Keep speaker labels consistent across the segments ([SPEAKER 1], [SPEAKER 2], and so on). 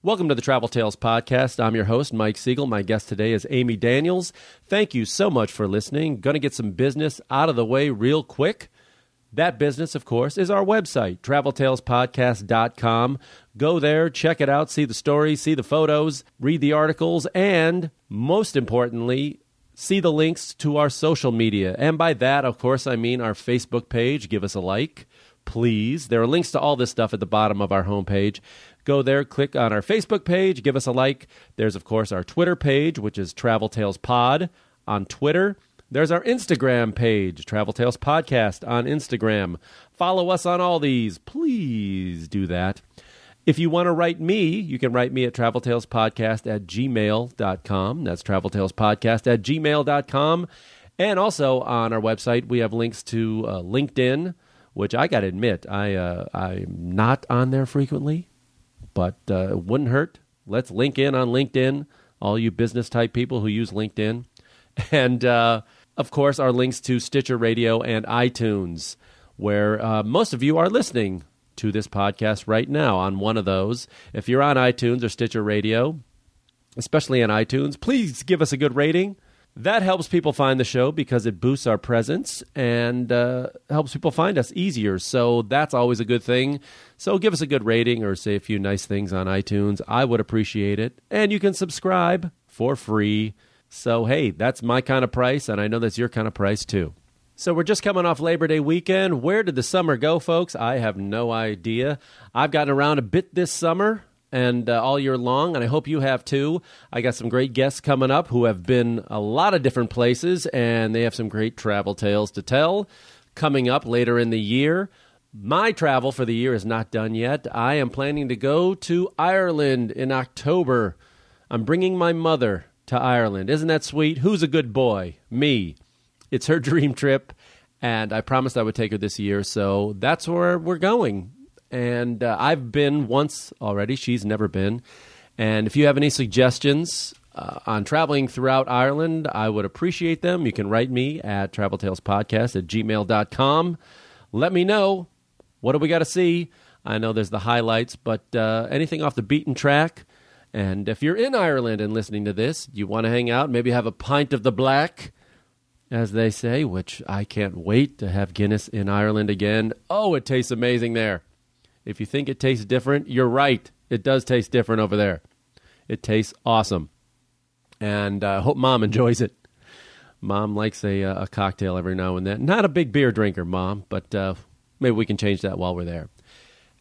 [SPEAKER 1] Welcome to the Travel Tales Podcast. I'm your host, Mike Siegel. My guest today is Amy Daniels. Thank you so much for listening. Going to get some business out of the way real quick. That business, of course, is our website, traveltalespodcast.com. Go there, check it out, see the stories, see the photos, read the articles, and most importantly, see the links to our social media. And by that, of course, I mean our Facebook page. Give us a like, please. There are links to all this stuff at the bottom of our homepage. Go there, click on our Facebook page, give us a like. There's, of course, our Twitter page, which is Travel Tales Pod on Twitter. There's our Instagram page, Travel Tales Podcast on Instagram. Follow us on all these. Please do that. If you want to write me, you can write me at traveltalespodcast at gmail.com. That's traveltalespodcast at gmail.com. And also on our website, we have links to uh, LinkedIn, which I got to admit, I, uh, I'm not on there frequently, but uh, it wouldn't hurt. Let's link in on LinkedIn, all you business type people who use LinkedIn. And uh, of course, our links to Stitcher Radio and iTunes, where uh, most of you are listening to this podcast right now on one of those. If you're on iTunes or Stitcher Radio, especially on iTunes, please give us a good rating. That helps people find the show because it boosts our presence and uh, helps people find us easier. So that's always a good thing. So give us a good rating or say a few nice things on iTunes. I would appreciate it. And you can subscribe for free. So, hey, that's my kind of price, and I know that's your kind of price too. So, we're just coming off Labor Day weekend. Where did the summer go, folks? I have no idea. I've gotten around a bit this summer and uh, all year long, and I hope you have too. I got some great guests coming up who have been a lot of different places, and they have some great travel tales to tell coming up later in the year. My travel for the year is not done yet. I am planning to go to Ireland in October. I'm bringing my mother to Ireland. Isn't that sweet? Who's a good boy? Me. It's her dream trip, and I promised I would take her this year, so that's where we're going. And uh, I've been once already, she's never been. And if you have any suggestions uh, on traveling throughout Ireland, I would appreciate them. You can write me at traveltalespodcast at gmail.com. Let me know what do we got to see. I know there's the highlights, but uh, anything off the beaten track, and if you're in Ireland and listening to this, you want to hang out, maybe have a pint of the black, as they say, which I can't wait to have Guinness in Ireland again. Oh, it tastes amazing there. If you think it tastes different, you're right. It does taste different over there. It tastes awesome. And I hope mom enjoys it. Mom likes a, uh, a cocktail every now and then. Not a big beer drinker, mom, but uh, maybe we can change that while we're there.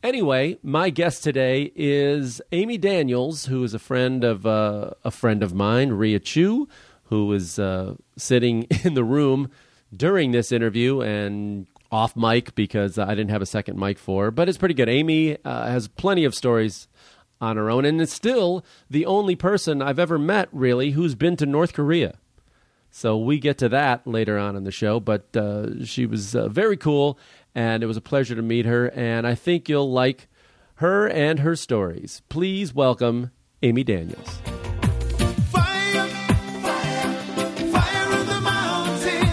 [SPEAKER 1] Anyway, my guest today is Amy Daniels, who is a friend of uh, a friend of mine, Ria Chu, who is uh, sitting in the room during this interview and off mic because I didn't have a second mic for. her. But it's pretty good. Amy uh, has plenty of stories on her own, and is still the only person I've ever met really who's been to North Korea. So we get to that later on in the show, but uh, she was uh, very cool, and it was a pleasure to meet her. And I think you'll like her and her stories. Please welcome Amy Daniels.
[SPEAKER 2] Fire, fire, fire in the mountain.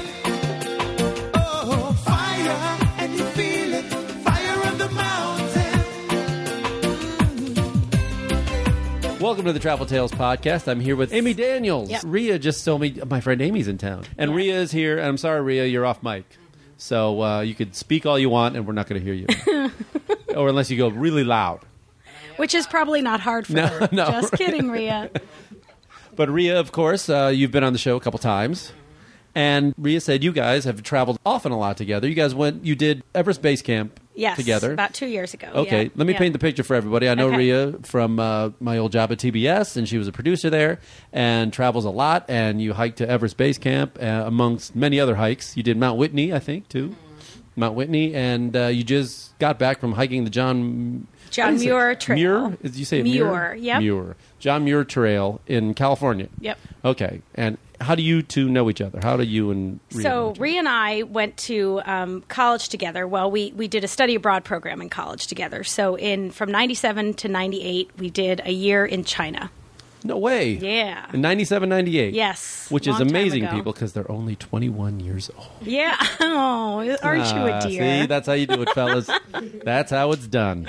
[SPEAKER 2] Oh, fire, and you feel it. Fire in the mountain.
[SPEAKER 1] Welcome to the Travel Tales podcast. I'm here with Amy Daniels.
[SPEAKER 3] Yep.
[SPEAKER 1] Ria just told me my friend Amy's in town, and Ria is here. And I'm sorry, Ria, you're off mic, so uh, you could speak all you want, and we're not going to hear you, or unless you go really loud.
[SPEAKER 3] Which is probably not hard for
[SPEAKER 1] No,
[SPEAKER 3] her.
[SPEAKER 1] no.
[SPEAKER 3] Just kidding, Ria.
[SPEAKER 1] But Ria, of course, uh, you've been on the show a couple times, and Ria said you guys have traveled often a lot together. You guys went, you did Everest Base Camp
[SPEAKER 3] Yes.
[SPEAKER 1] together.
[SPEAKER 3] About two years ago.
[SPEAKER 1] Okay,
[SPEAKER 3] yeah,
[SPEAKER 1] let me
[SPEAKER 3] yeah.
[SPEAKER 1] paint the picture for everybody. I know
[SPEAKER 3] Okay.
[SPEAKER 1] Ria from uh, my old job at TBS, and she was a producer there and travels a lot. And you hiked to Everest Base Camp, uh, amongst many other hikes. You did Mount Whitney, I think, too.
[SPEAKER 3] Mm-hmm.
[SPEAKER 1] Mount Whitney, and uh, you just got back from hiking the John
[SPEAKER 3] John
[SPEAKER 1] what is it?
[SPEAKER 3] Muir Trail.
[SPEAKER 1] Muir, did you say it? Muir?
[SPEAKER 3] Muir, yep.
[SPEAKER 1] Muir. John Muir Trail in California.
[SPEAKER 3] Yep.
[SPEAKER 1] Okay, and how do you two know each other? How do you and Ria know
[SPEAKER 3] So
[SPEAKER 1] each other?
[SPEAKER 3] Rhea and I went to um, college together. Well, we, we did a study abroad program in college together. So in from ninety seven to ninety eight, we did a year in China.
[SPEAKER 1] no way.
[SPEAKER 3] Yeah.
[SPEAKER 1] In 97, 98.
[SPEAKER 3] Yes,
[SPEAKER 1] Which is
[SPEAKER 3] long time
[SPEAKER 1] amazing,
[SPEAKER 3] ago.
[SPEAKER 1] people, because they're only 21 years old.
[SPEAKER 3] Yeah. Oh, aren't you
[SPEAKER 1] Ah,
[SPEAKER 3] a dear?
[SPEAKER 1] See, that's how you do it, fellas. that's how it's done.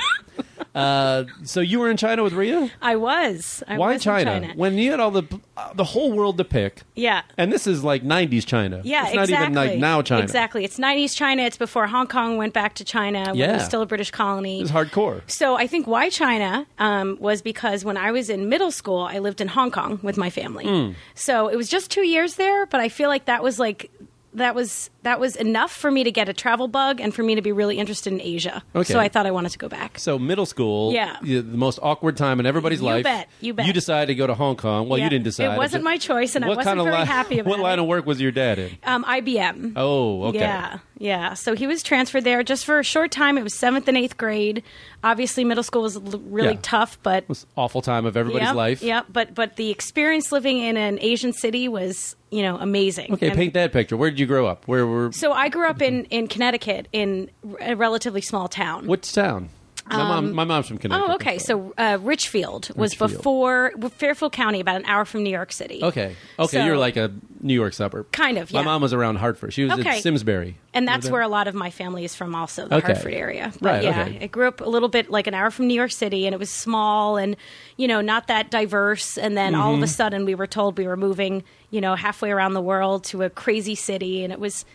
[SPEAKER 1] Uh, so you were in China with Ria?
[SPEAKER 3] I was. I
[SPEAKER 1] Why
[SPEAKER 3] was
[SPEAKER 1] China?
[SPEAKER 3] In China?
[SPEAKER 1] When you had all the uh, the whole world to pick,
[SPEAKER 3] yeah.
[SPEAKER 1] and this is like '90s China.
[SPEAKER 3] Yeah,
[SPEAKER 1] it's not
[SPEAKER 3] exactly.
[SPEAKER 1] even like now China.
[SPEAKER 3] Exactly. It's 90s China. It's before Hong Kong went back to China when it
[SPEAKER 1] Yeah.
[SPEAKER 3] was still a British colony.
[SPEAKER 1] It's hardcore.
[SPEAKER 3] So I think why China um, was because when I was in middle school, I lived in Hong Kong with my family.
[SPEAKER 1] Hmm.
[SPEAKER 3] So it was just two years there, but I feel like that was like that was that was enough for me to get a travel bug and for me to be really interested in Asia.
[SPEAKER 1] Okay.
[SPEAKER 3] So I thought I wanted to go back.
[SPEAKER 1] So middle school,
[SPEAKER 3] Yeah.
[SPEAKER 1] y- the most awkward time in everybody's
[SPEAKER 3] You
[SPEAKER 1] life.
[SPEAKER 3] bet, you bet.
[SPEAKER 1] You decided to go to Hong Kong. Well,
[SPEAKER 3] Yeah.
[SPEAKER 1] you didn't decide.
[SPEAKER 3] It wasn't
[SPEAKER 1] Just-
[SPEAKER 3] my choice, and I
[SPEAKER 1] what
[SPEAKER 3] wasn't
[SPEAKER 1] kind of
[SPEAKER 3] very
[SPEAKER 1] line,
[SPEAKER 3] happy about
[SPEAKER 1] What line
[SPEAKER 3] it.
[SPEAKER 1] of work was your dad in?
[SPEAKER 3] Um, IBM.
[SPEAKER 1] Oh, okay.
[SPEAKER 3] Yeah, yeah. So he was transferred there just for a short time. It was seventh and eighth grade. Obviously, middle school was l- really
[SPEAKER 1] Yeah.
[SPEAKER 3] tough, but
[SPEAKER 1] It was awful time of everybody's
[SPEAKER 3] Yep,
[SPEAKER 1] life.
[SPEAKER 3] Yep, but but the experience living in an Asian city was you know amazing.
[SPEAKER 1] Okay,
[SPEAKER 3] And
[SPEAKER 1] paint that picture. Where did you grow up? Where were?
[SPEAKER 3] So I grew up in in Connecticut in a relatively small town.
[SPEAKER 1] what town? My mom. My mom's from Connecticut.
[SPEAKER 3] Oh, okay.
[SPEAKER 1] that's why.
[SPEAKER 3] So uh, Richfield was
[SPEAKER 1] Richfield.
[SPEAKER 3] before Fairfield County, about an hour from New York City.
[SPEAKER 1] okay, okay,
[SPEAKER 3] So-
[SPEAKER 1] you're like a New York suburb.
[SPEAKER 3] Kind of,
[SPEAKER 1] My
[SPEAKER 3] yeah.
[SPEAKER 1] mom was around Hartford. She was
[SPEAKER 3] Okay.
[SPEAKER 1] at Simsbury.
[SPEAKER 3] And that's
[SPEAKER 1] Okay.
[SPEAKER 3] where a lot of my family is from, also the
[SPEAKER 1] Okay.
[SPEAKER 3] Hartford area. But
[SPEAKER 1] Right,
[SPEAKER 3] yeah,
[SPEAKER 1] okay.
[SPEAKER 3] I grew up a little bit like an hour from New York City, and it was small and you know not that diverse. And then all of
[SPEAKER 1] Mm-hmm.
[SPEAKER 3] a sudden, we were told we were moving, you know, halfway around the world to a crazy city, and it was.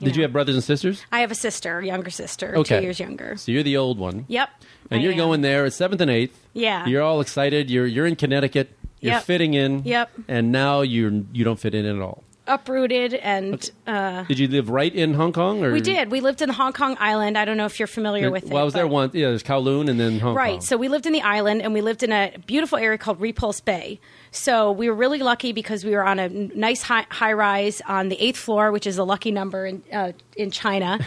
[SPEAKER 1] Did
[SPEAKER 3] know.
[SPEAKER 1] you have brothers and sisters?
[SPEAKER 3] I have a sister, a younger sister,
[SPEAKER 1] Okay,
[SPEAKER 3] two years younger.
[SPEAKER 1] So you're the old one.
[SPEAKER 3] Yep.
[SPEAKER 1] And
[SPEAKER 3] I uh,
[SPEAKER 1] you're
[SPEAKER 3] am.
[SPEAKER 1] going there at seventh and eighth.
[SPEAKER 3] Yeah.
[SPEAKER 1] You're all excited. You're you're in Connecticut. You're
[SPEAKER 3] Yep.
[SPEAKER 1] fitting in.
[SPEAKER 3] Yep.
[SPEAKER 1] And now you you don't fit in at all.
[SPEAKER 3] uprooted and uh,
[SPEAKER 1] Did you live right in Hong Kong? Or
[SPEAKER 3] we did. We lived in Hong Kong Island. I don't know if you're familiar with it.
[SPEAKER 1] Well, I was there
[SPEAKER 3] but-
[SPEAKER 1] once. Yeah, there's Kowloon and then Hong
[SPEAKER 3] Right.
[SPEAKER 1] Kong.
[SPEAKER 3] So we lived in the island and we lived in a beautiful area called Repulse Bay. So we were really lucky because we were on a n- nice high, high rise on the eighth floor, which is a lucky number in, uh, in China,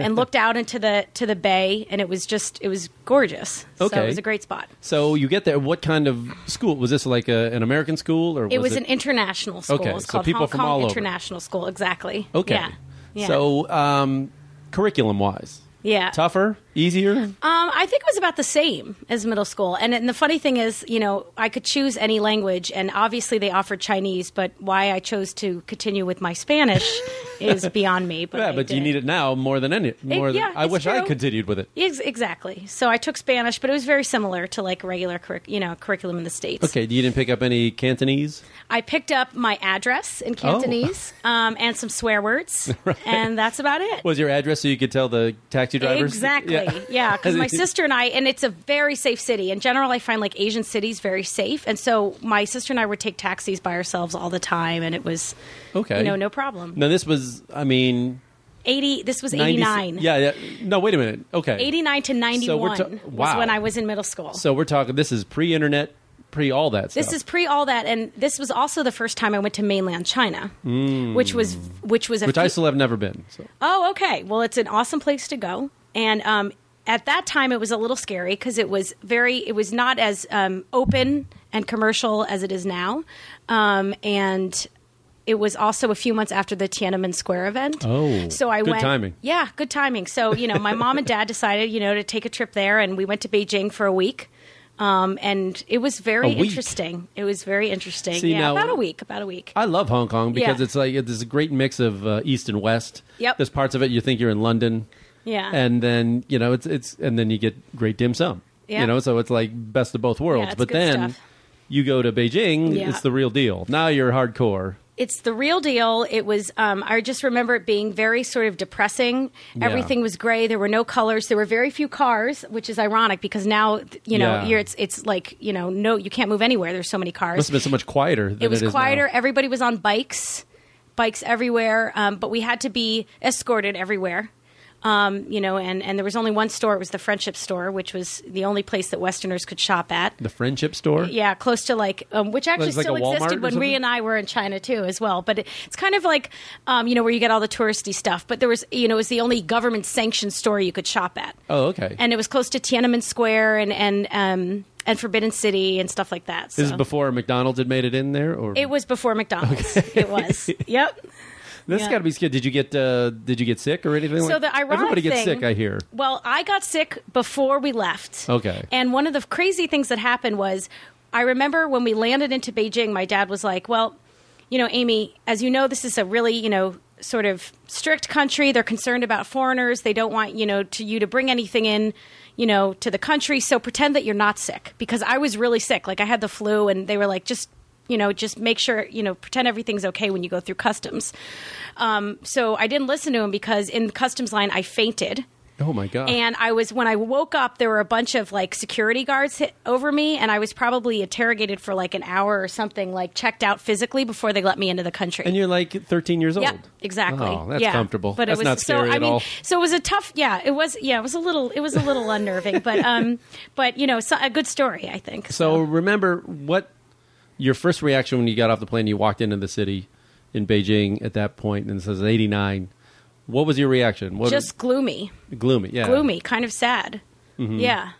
[SPEAKER 3] and looked out into the to the bay, and it was just it was gorgeous. So
[SPEAKER 1] Okay.
[SPEAKER 3] it was a great spot.
[SPEAKER 1] So you get there. What kind of school was this? Like a, an American school, or
[SPEAKER 3] It was,
[SPEAKER 1] it?
[SPEAKER 3] an international school.
[SPEAKER 1] Okay,
[SPEAKER 3] It's
[SPEAKER 1] so
[SPEAKER 3] called
[SPEAKER 1] people
[SPEAKER 3] Hong
[SPEAKER 1] from
[SPEAKER 3] Kong
[SPEAKER 1] all over.
[SPEAKER 3] International School. Exactly.
[SPEAKER 1] okay.
[SPEAKER 3] Yeah. Yeah.
[SPEAKER 1] So um, curriculum wise,
[SPEAKER 3] yeah.
[SPEAKER 1] tougher, easier.
[SPEAKER 3] Um, I think it was about the same as middle school. And, and the funny thing is, you know, I could choose any language, and obviously they offered Chinese, but why I chose to continue with my Spanish is beyond me. But
[SPEAKER 1] yeah,
[SPEAKER 3] I
[SPEAKER 1] but
[SPEAKER 3] did.
[SPEAKER 1] you need it now more than any. More than,
[SPEAKER 3] yeah,
[SPEAKER 1] I
[SPEAKER 3] it's
[SPEAKER 1] wish I
[SPEAKER 3] true.
[SPEAKER 1] continued with it.
[SPEAKER 3] Ex- exactly. So I took Spanish, but it was very similar to like regular, curric- you know, curriculum in the states.
[SPEAKER 1] Okay, you didn't pick up any Cantonese.
[SPEAKER 3] I picked up my address
[SPEAKER 1] Oh.
[SPEAKER 3] in Cantonese um, and some swear words, and that's about it.
[SPEAKER 1] Was your address so you could tell the taxi drivers?
[SPEAKER 3] Exactly. Yeah, because my sister and I, and it's a very safe city. In general, I find like Asian cities very safe, and so my sister and I would take taxis by ourselves all the time, and it was
[SPEAKER 1] Okay.
[SPEAKER 3] you know no problem.
[SPEAKER 1] Now this was, I mean,
[SPEAKER 3] Eighty. This was
[SPEAKER 1] 90
[SPEAKER 3] eighty nine.
[SPEAKER 1] Yeah, yeah. No, wait a minute. Okay.
[SPEAKER 3] Eighty nine to ninety one
[SPEAKER 1] ta- wow.
[SPEAKER 3] was when I was in middle school.
[SPEAKER 1] So we're talking. This is pre-internet, pre all that
[SPEAKER 3] this
[SPEAKER 1] stuff.
[SPEAKER 3] is pre all that, and this was also the first time I went to mainland China, which was which was a
[SPEAKER 1] Hmm. which I
[SPEAKER 3] fe-
[SPEAKER 1] still have never been. So.
[SPEAKER 3] Oh, okay. Well, it's an awesome place to go. And um, at that time, it was a little scary because it was very, it was not as um, open and commercial as it is now. Um, and it was also a few months after the Tiananmen Square event.
[SPEAKER 1] Oh,
[SPEAKER 3] so I
[SPEAKER 1] good
[SPEAKER 3] went.
[SPEAKER 1] timing.
[SPEAKER 3] Yeah, good timing. So you know, my mom and dad decided, you know, to take a trip there, and we went to Beijing for a week. Um, and it was very
[SPEAKER 1] A week?
[SPEAKER 3] interesting. It was very interesting.
[SPEAKER 1] See,
[SPEAKER 3] yeah,
[SPEAKER 1] now-
[SPEAKER 3] about a week. About a week.
[SPEAKER 1] I love Hong Kong because
[SPEAKER 3] Yeah.
[SPEAKER 1] it's like it's this great mix of uh, East and West.
[SPEAKER 3] Yep.
[SPEAKER 1] There's parts of it you think you're in London,
[SPEAKER 3] yeah.
[SPEAKER 1] and then you know it's it's and then you get great dim sum.
[SPEAKER 3] Yeah.
[SPEAKER 1] You know, so it's like best of both worlds.
[SPEAKER 3] it's
[SPEAKER 1] but
[SPEAKER 3] good
[SPEAKER 1] then
[SPEAKER 3] stuff.
[SPEAKER 1] you go to Beijing,
[SPEAKER 3] Yeah.
[SPEAKER 1] it's the real deal. Now you're hardcore.
[SPEAKER 3] it's the real deal. It was. Um, I just remember it being very sort of depressing.
[SPEAKER 1] Yeah.
[SPEAKER 3] Everything was gray. There were no colors. There were very few cars, which is ironic because now th- you know
[SPEAKER 1] Yeah.
[SPEAKER 3] you're, it's it's like you know no you can't move anywhere. There's so many cars.
[SPEAKER 1] Must have been so much quieter. Than
[SPEAKER 3] it was
[SPEAKER 1] is now.
[SPEAKER 3] quieter. Everybody was on bikes, bikes everywhere. Um, but we had to be escorted everywhere. Um, you know, and and there was only one store. It was the Friendship Store, which was the only place that Westerners could shop at.
[SPEAKER 1] The friendship store.
[SPEAKER 3] Yeah, close to like, um, which actually
[SPEAKER 1] It's like
[SPEAKER 3] still
[SPEAKER 1] a Walmart or
[SPEAKER 3] existed when
[SPEAKER 1] something?
[SPEAKER 3] we and I were in China too, as well. But it, it's kind of like, um, you know, where you get all the touristy stuff. But there was, you know, it was the only government sanctioned store you could shop at.
[SPEAKER 1] Oh, okay.
[SPEAKER 3] And it was close to Tiananmen Square and and um, and Forbidden City and stuff like that. So.
[SPEAKER 1] this is before McDonald's had made it in there, or
[SPEAKER 3] um, It was before McDonald's. It was. Yep.
[SPEAKER 1] This
[SPEAKER 3] Yeah.
[SPEAKER 1] got to be scary. Did you get uh, Did you get sick or anything?
[SPEAKER 3] So
[SPEAKER 1] like?
[SPEAKER 3] the ironic
[SPEAKER 1] everybody gets
[SPEAKER 3] thing-
[SPEAKER 1] sick. I hear.
[SPEAKER 3] Well, I got sick before we left.
[SPEAKER 1] Okay.
[SPEAKER 3] And one of the crazy things that happened was I remember when we landed into Beijing, my dad was like, Well, you know, Amy, as you know, this is a really, you know, sort of strict country. They're concerned about foreigners. They don't want, you know, to you to bring anything in, you know, to the country. So pretend that you're not sick because I was really sick. Like I had the flu, and they were like, just you know, just make sure you know, pretend everything's okay when you go through customs. Um, so I didn't listen to him because in the customs line I fainted.
[SPEAKER 1] Oh my god.
[SPEAKER 3] And I was when I woke up, there were a bunch of like security guards hit over me, and I was probably interrogated for like an hour or something, like checked out physically before they let me into the country.
[SPEAKER 1] And you're like 13 years
[SPEAKER 3] Yep,
[SPEAKER 1] old.
[SPEAKER 3] exactly.
[SPEAKER 1] Oh, that's
[SPEAKER 3] yeah.
[SPEAKER 1] comfortable.
[SPEAKER 3] But
[SPEAKER 1] that's
[SPEAKER 3] it was
[SPEAKER 1] not scary
[SPEAKER 3] so. I
[SPEAKER 1] at
[SPEAKER 3] mean,
[SPEAKER 1] all.
[SPEAKER 3] so it was a tough. Yeah, it was. Yeah, it was a little. It was a little unnerving, but um, but you know, so, a good story, I think.
[SPEAKER 1] So remember what your first reaction when you got off the plane, you walked into the city in Beijing at that point, and it says 89. What was your reaction? What
[SPEAKER 3] just gloomy,
[SPEAKER 1] gloomy, yeah, Mm-hmm.
[SPEAKER 3] gloomy, kind of sad. Yeah.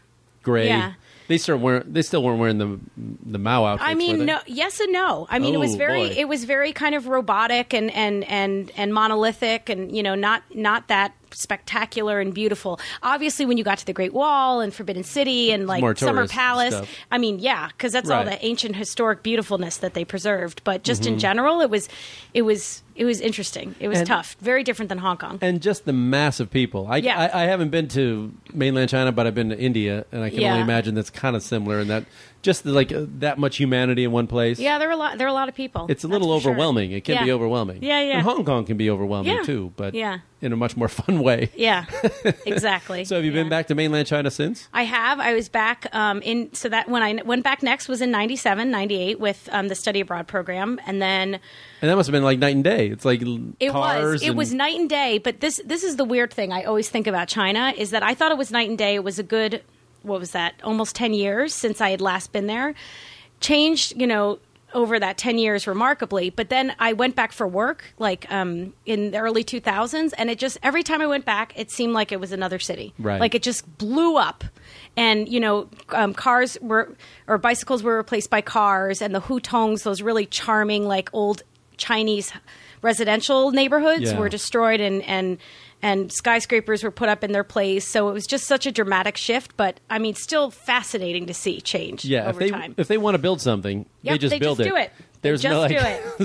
[SPEAKER 1] gray.
[SPEAKER 3] yeah.
[SPEAKER 1] They still weren't. They still weren't wearing the the Mao outfits.
[SPEAKER 3] I
[SPEAKER 1] were
[SPEAKER 3] mean,
[SPEAKER 1] they?
[SPEAKER 3] no, yes and no. I mean, it was
[SPEAKER 1] Oh,
[SPEAKER 3] very,
[SPEAKER 1] boy.
[SPEAKER 3] it was very kind of robotic and and and and monolithic, and you know, not not that spectacular and beautiful. Obviously, when you got to the Great Wall and Forbidden City and
[SPEAKER 1] more
[SPEAKER 3] like
[SPEAKER 1] tourist
[SPEAKER 3] Summer Palace,
[SPEAKER 1] stuff.
[SPEAKER 3] I mean, yeah, because that's all
[SPEAKER 1] Right. Mm-hmm.
[SPEAKER 3] the ancient historic beautifulness that they preserved. But just in general, it was, it was, it was interesting. It was
[SPEAKER 1] And-
[SPEAKER 3] tough, very different than Hong Kong.
[SPEAKER 1] And just the mass of people. I,
[SPEAKER 3] Yeah.
[SPEAKER 1] I I haven't been to mainland China, but I've been to India, and I can
[SPEAKER 3] Yeah.
[SPEAKER 1] only imagine that's kind of similar in that just like uh, that much humanity in one place.
[SPEAKER 3] yeah, there were a lot. There were a lot of people.
[SPEAKER 1] It's a
[SPEAKER 3] That's
[SPEAKER 1] little
[SPEAKER 3] for sure.
[SPEAKER 1] overwhelming. It can
[SPEAKER 3] Yeah.
[SPEAKER 1] be overwhelming.
[SPEAKER 3] Yeah, yeah.
[SPEAKER 1] And Hong Kong can be overwhelming
[SPEAKER 3] Yeah.
[SPEAKER 1] too, but
[SPEAKER 3] Yeah.
[SPEAKER 1] in a much more fun way.
[SPEAKER 3] Yeah, exactly.
[SPEAKER 1] So have you
[SPEAKER 3] Yeah.
[SPEAKER 1] been back to mainland China since?
[SPEAKER 3] I have. I was back um, in, so that when I went back next was in 97, 98 with um, the study abroad program. And then
[SPEAKER 1] And that must have been like night and day. It's like l-
[SPEAKER 3] it
[SPEAKER 1] cars.
[SPEAKER 3] was, it
[SPEAKER 1] and-
[SPEAKER 3] was night and day. But this, this is the weird thing I always think about China is that I thought it was night and day. It was a good, what was that, almost 10 years since I had last been there. Changed, you know, over that 10 years remarkably. But then I went back for work, like um, in the early 2000s. And it just, every time I went back, it seemed like it was another city.
[SPEAKER 1] Right.
[SPEAKER 3] Like it it just blew up and you know um, cars were or bicycles were replaced by cars and the hutongs those really charming like old chinese residential neighborhoods
[SPEAKER 1] Yeah.
[SPEAKER 3] were destroyed and and and skyscrapers were put up in their place so it was just such a dramatic shift but i mean still fascinating to see change
[SPEAKER 1] yeah,
[SPEAKER 3] over
[SPEAKER 1] if they
[SPEAKER 3] time
[SPEAKER 1] if they want to build something, they
[SPEAKER 3] Yep,
[SPEAKER 1] just
[SPEAKER 3] they
[SPEAKER 1] build
[SPEAKER 3] just
[SPEAKER 1] it.
[SPEAKER 3] do it. They
[SPEAKER 1] There's
[SPEAKER 3] just
[SPEAKER 1] no, like,
[SPEAKER 3] do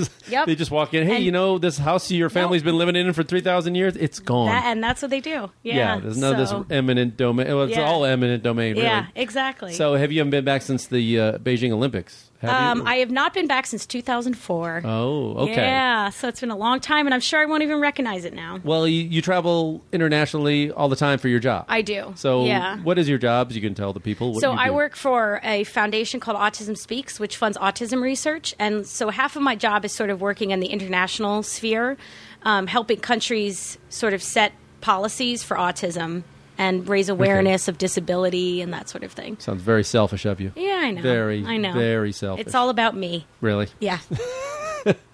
[SPEAKER 3] it. Yep.
[SPEAKER 1] They just walk in. Hey,
[SPEAKER 3] And-
[SPEAKER 1] you know this house your family's been living in for three thousand years. It's gone.
[SPEAKER 3] That- and that's what they do yeah,
[SPEAKER 1] there's none
[SPEAKER 3] so-
[SPEAKER 1] of this eminent domain. Well, it's
[SPEAKER 3] Yeah.
[SPEAKER 1] all eminent domain, really.
[SPEAKER 3] yeah exactly
[SPEAKER 1] So have you haven't been back since the uh, Beijing Olympics? Have
[SPEAKER 3] um,
[SPEAKER 1] you?
[SPEAKER 3] I have not been back since 2004.
[SPEAKER 1] oh, okay.
[SPEAKER 3] Yeah, so it's been a long time, and I'm sure I won't even recognize it now.
[SPEAKER 1] Well, you, you travel internationally all the time for your job.
[SPEAKER 3] I do.
[SPEAKER 1] So,
[SPEAKER 3] Yeah.
[SPEAKER 1] what is your job? You can tell the people. What
[SPEAKER 3] so
[SPEAKER 1] you
[SPEAKER 3] I
[SPEAKER 1] do.
[SPEAKER 3] work for a foundation called Autism Speaks, which funds autism research, and so half of my job is sort of working in the international sphere, um, helping countries sort of set policies for autism and raise awareness of disability and that sort of thing.
[SPEAKER 1] Sounds very selfish of you.
[SPEAKER 3] Yeah, I know.
[SPEAKER 1] Very,
[SPEAKER 3] I know.
[SPEAKER 1] very selfish.
[SPEAKER 3] It's all about me.
[SPEAKER 1] really.
[SPEAKER 3] Yeah.